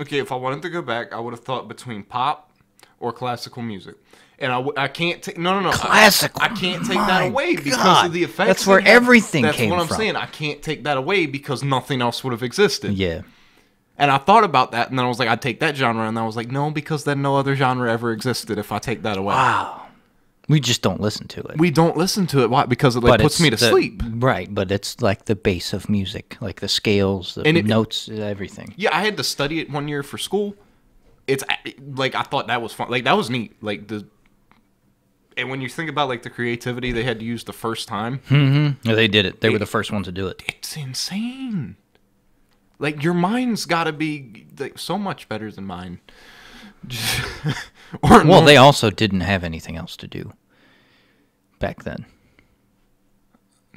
Speaker 1: okay, if I wanted to go back, I would have thought between pop or classical music. And I, w- I can't take no no no I-
Speaker 2: Classical.
Speaker 1: I can't take
Speaker 2: My
Speaker 1: that away because
Speaker 2: God.
Speaker 1: of the effects.
Speaker 2: That's where
Speaker 1: they have.
Speaker 2: everything
Speaker 1: That's
Speaker 2: came
Speaker 1: what I'm
Speaker 2: from.
Speaker 1: saying. I can't take that away because nothing else would have existed.
Speaker 2: Yeah.
Speaker 1: And I thought about that, and then I was like, I'd take that genre, and I was like, no, because then no other genre ever existed if I take that away.
Speaker 2: Wow. We just don't listen to it.
Speaker 1: We don't listen to it. Why? Because it like puts
Speaker 2: it's
Speaker 1: me to
Speaker 2: the-
Speaker 1: sleep.
Speaker 2: Right, but it's like the base of music, like the scales, the
Speaker 1: And it-
Speaker 2: notes, everything.
Speaker 1: Yeah, I had to study it one year for school. It's like I thought that was fun. Like that was neat. Like the And when you think about like the creativity they had to use the first time,
Speaker 2: Yeah, they did it. They were the first ones to do it.
Speaker 1: it's insane. Like your mind's got to be like, so much better than mine. or
Speaker 2: Well, they also didn't have anything else to do back then.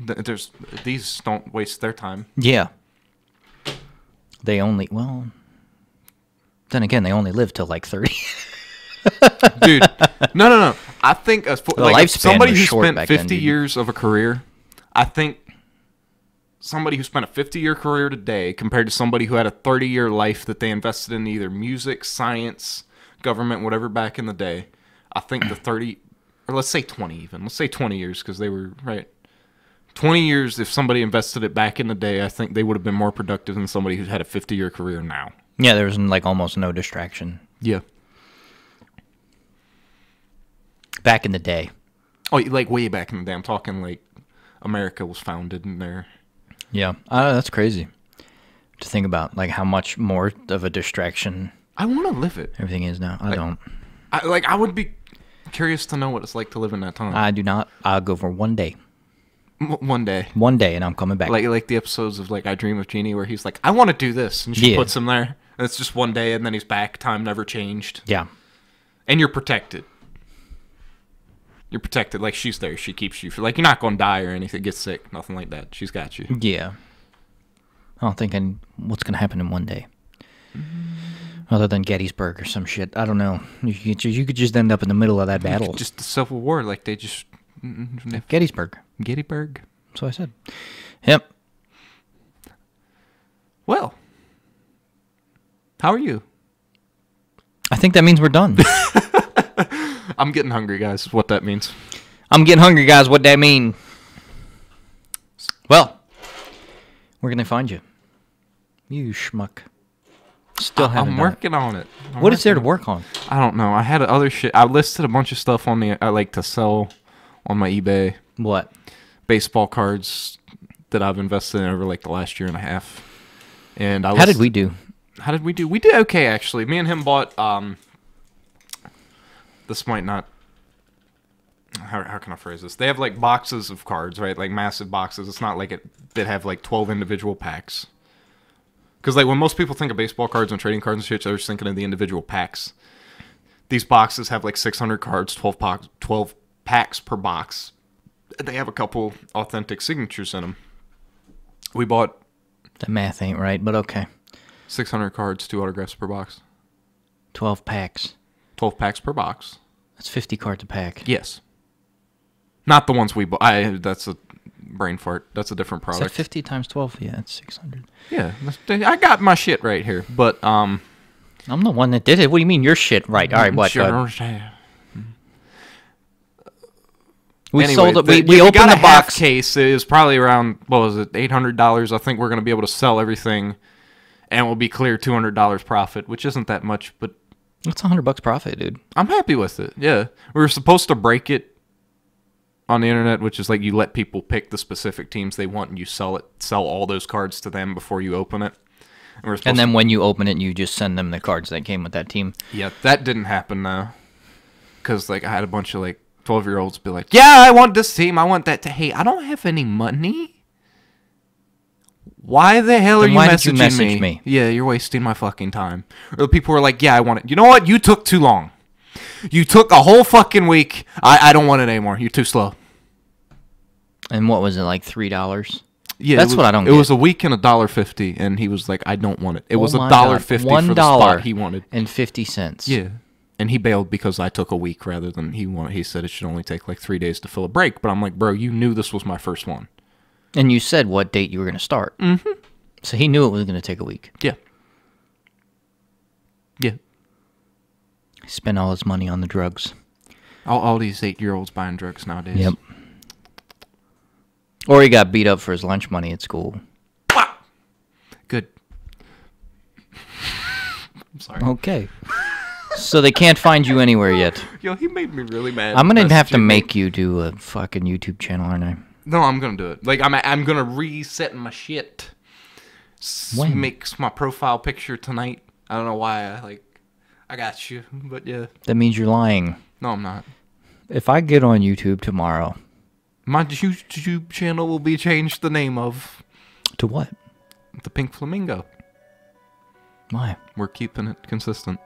Speaker 1: th- there's these don't waste their time.
Speaker 2: Yeah. They only well. Then again, they only lived till like thirty.
Speaker 1: dude. No, no, no. I think a, fo- like if
Speaker 2: lifespan
Speaker 1: somebody
Speaker 2: was
Speaker 1: who
Speaker 2: short
Speaker 1: spent
Speaker 2: back then,
Speaker 1: fifty
Speaker 2: dude.
Speaker 1: years of a career, I think somebody who spent a fifty-year career today compared to somebody who had a thirty-year life that they invested in either music, science, government, whatever back in the day. I think the thirty, or let's say twenty, even let's say twenty years because they were right. Twenty years. If somebody invested it back in the day, I think they would have been more productive than somebody who's had a fifty-year career now.
Speaker 2: yeah, there was like almost no distraction
Speaker 1: Yeah.
Speaker 2: back in the day.
Speaker 1: Oh, like way back in the day. I'm talking like America was founded in there.
Speaker 2: Yeah, uh, that's crazy to think about. Like how much more of a distraction
Speaker 1: I want to live it.
Speaker 2: everything is now. I don't.
Speaker 1: I, like I would be curious to know what it's like to live in that time
Speaker 2: I do not. I'll go for one day,
Speaker 1: M- one day.
Speaker 2: one day, and I'm coming back.
Speaker 1: Like like the episodes of like I Dream of Jeannie where he's like I want to do this and she
Speaker 2: Yeah.
Speaker 1: puts him there and it's just one day and then he's back. Time never changed
Speaker 2: yeah,
Speaker 1: and you're protected. You're protected. Like she's there. She keeps you. Like you're not gonna die or anything. Get sick. Nothing like that. She's got you.
Speaker 2: yeah. I don't think I, what's gonna happen in one day,
Speaker 1: Mm-hmm.
Speaker 2: other than Gettysburg or some shit. I don't know. You could, ju- you could just end up in the middle of that battle.
Speaker 1: Just the Civil War. Like they just
Speaker 2: Gettysburg.
Speaker 1: Gettysburg.
Speaker 2: So I said. Yep.
Speaker 1: Well, how are you?
Speaker 2: I think that means we're done.
Speaker 1: I'm getting hungry, guys. Is what that means.
Speaker 2: I'm getting hungry, guys. What that mean? Well, where can they find you? You schmuck. Still haven't
Speaker 1: I'm
Speaker 2: done it.
Speaker 1: working on it. I'm
Speaker 2: What is there to
Speaker 1: working
Speaker 2: work on?
Speaker 1: on it. I don't know. I had other shit. I listed a bunch of stuff on the I like to sell on my eBay
Speaker 2: What?
Speaker 1: baseball cards that I've invested in over like the last year and a half. And I
Speaker 2: How did
Speaker 1: list-
Speaker 2: we do?
Speaker 1: How did we do? We did okay actually. Me and him bought um. This might not. How, how can I phrase this? They have like boxes of cards, right? Like massive boxes. It's not like it that have like twelve individual packs. Because like when most people think of baseball cards and trading cards and shit, they're just thinking of the individual packs. These boxes have like six hundred cards, twelve packs, twelve packs per box. They have a couple authentic signatures in them. We bought
Speaker 2: The math ain't right, but okay.
Speaker 1: six hundred cards, two autographs per box.
Speaker 2: 12 packs.
Speaker 1: 12 packs per box.
Speaker 2: That's 50 cards a pack.
Speaker 1: Yes. Not the ones we bought. I, that's a brain fart. That's a different
Speaker 2: Is that
Speaker 1: product.
Speaker 2: 50 times 12? Yeah, that's 600.
Speaker 1: yeah. that's- I got my shit right here. But, um,
Speaker 2: I'm the one that did it. What do you mean your shit? Right. All right, what?
Speaker 1: sure.
Speaker 2: uh, we
Speaker 1: Anyway,
Speaker 2: sold it.
Speaker 1: the-
Speaker 2: We, we
Speaker 1: yeah,
Speaker 2: opened
Speaker 1: got
Speaker 2: the
Speaker 1: a half
Speaker 2: box.
Speaker 1: case. It was probably around, what was it, $800. I think we're going to be able to sell everything and we'll be clear $200 profit, which isn't that much, but
Speaker 2: That's 100 bucks profit, dude.
Speaker 1: I'm happy with it. Yeah. We were supposed to break it on the internet, which is like you let people pick the specific teams they want and you sell it sell all those cards to them before you open it. And, we're
Speaker 2: And
Speaker 1: supposed
Speaker 2: then when you open it, you just send them the cards that came with that team.
Speaker 1: to, yeah, that didn't happen though. Cuz like I had a bunch of like 12-year-olds be like, "Yeah, I want this team. I want that to Hey, I don't have any money." Why the hell
Speaker 2: Then
Speaker 1: are you
Speaker 2: why did
Speaker 1: messaging
Speaker 2: you message
Speaker 1: me?
Speaker 2: me?
Speaker 1: Yeah, you're wasting my fucking time. Or the people were like, "Yeah, I want it." You know what? You took too long. You took a whole fucking week. I, I don't want it anymore. You're too slow.
Speaker 2: And what was it, like $3?
Speaker 1: Yeah,
Speaker 2: That's
Speaker 1: it was,
Speaker 2: what I don't
Speaker 1: It
Speaker 2: get.
Speaker 1: was a week and a dollar fifty, and he was like, "I don't want it." It was
Speaker 2: Oh my
Speaker 1: a
Speaker 2: God,
Speaker 1: dollar fifty
Speaker 2: One
Speaker 1: for the
Speaker 2: dollar
Speaker 1: spot he wanted.
Speaker 2: and fifty cents.
Speaker 1: Yeah, and he bailed because I took a week rather than he wanted. He said it should only take like three days to fill a break, but I'm like, bro, you knew this was my first one.
Speaker 2: and you said what date you were going to start. Mm-hmm. So he knew it was going to take a week.
Speaker 1: Yeah, yeah.
Speaker 2: He spent all his money on the drugs.
Speaker 1: All, all these eight year olds buying drugs nowadays.
Speaker 2: Or he got beat up for his lunch money at school.
Speaker 1: Good. I'm sorry.
Speaker 2: Okay. so they can't find you anywhere yet.
Speaker 1: Yo, he made me really mad.
Speaker 2: I'm going to have to
Speaker 1: messaging me.
Speaker 2: make you do a fucking YouTube channel, aren't I?
Speaker 1: No, I'm gonna do it. Like I'm I'm gonna reset my shit. S-
Speaker 2: When?
Speaker 1: Makes my profile picture tonight. I don't know why. I like I got you, but yeah.
Speaker 2: That means you're lying.
Speaker 1: No, I'm not.
Speaker 2: If I get on YouTube tomorrow,
Speaker 1: My YouTube channel will be changed the name of
Speaker 2: to what?
Speaker 1: The Pink Flamingo.
Speaker 2: Why?
Speaker 1: We're keeping it consistent.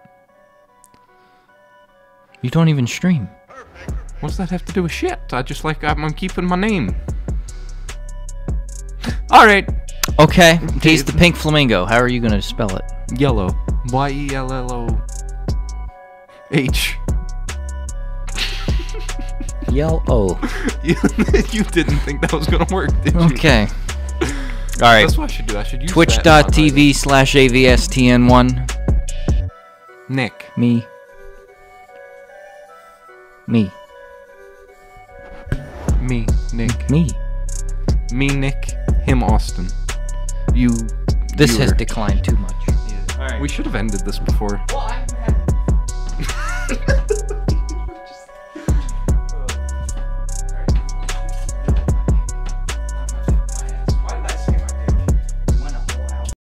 Speaker 2: You don't even stream.
Speaker 1: What does that have to do with shit? I just like I'm, I'm keeping my name. All right,
Speaker 2: Okay. He's the pink flamingo. How are you going to spell it?
Speaker 1: yellow. Y e l l o h.
Speaker 2: Yell O.
Speaker 1: You you didn't think that was gonna work, did you?
Speaker 2: Okay. All right.
Speaker 1: That's what I should do. I should use that in my writing.
Speaker 2: Twitch.tv slash AVSTN1.
Speaker 1: Nick.
Speaker 2: Me. Me.
Speaker 1: Me. Nick.
Speaker 2: Me.
Speaker 1: Me. Nick. Him. Austin.
Speaker 2: You. This has
Speaker 1: Viewer.
Speaker 2: declined too much.
Speaker 1: We should have ended this before.
Speaker 5: Why?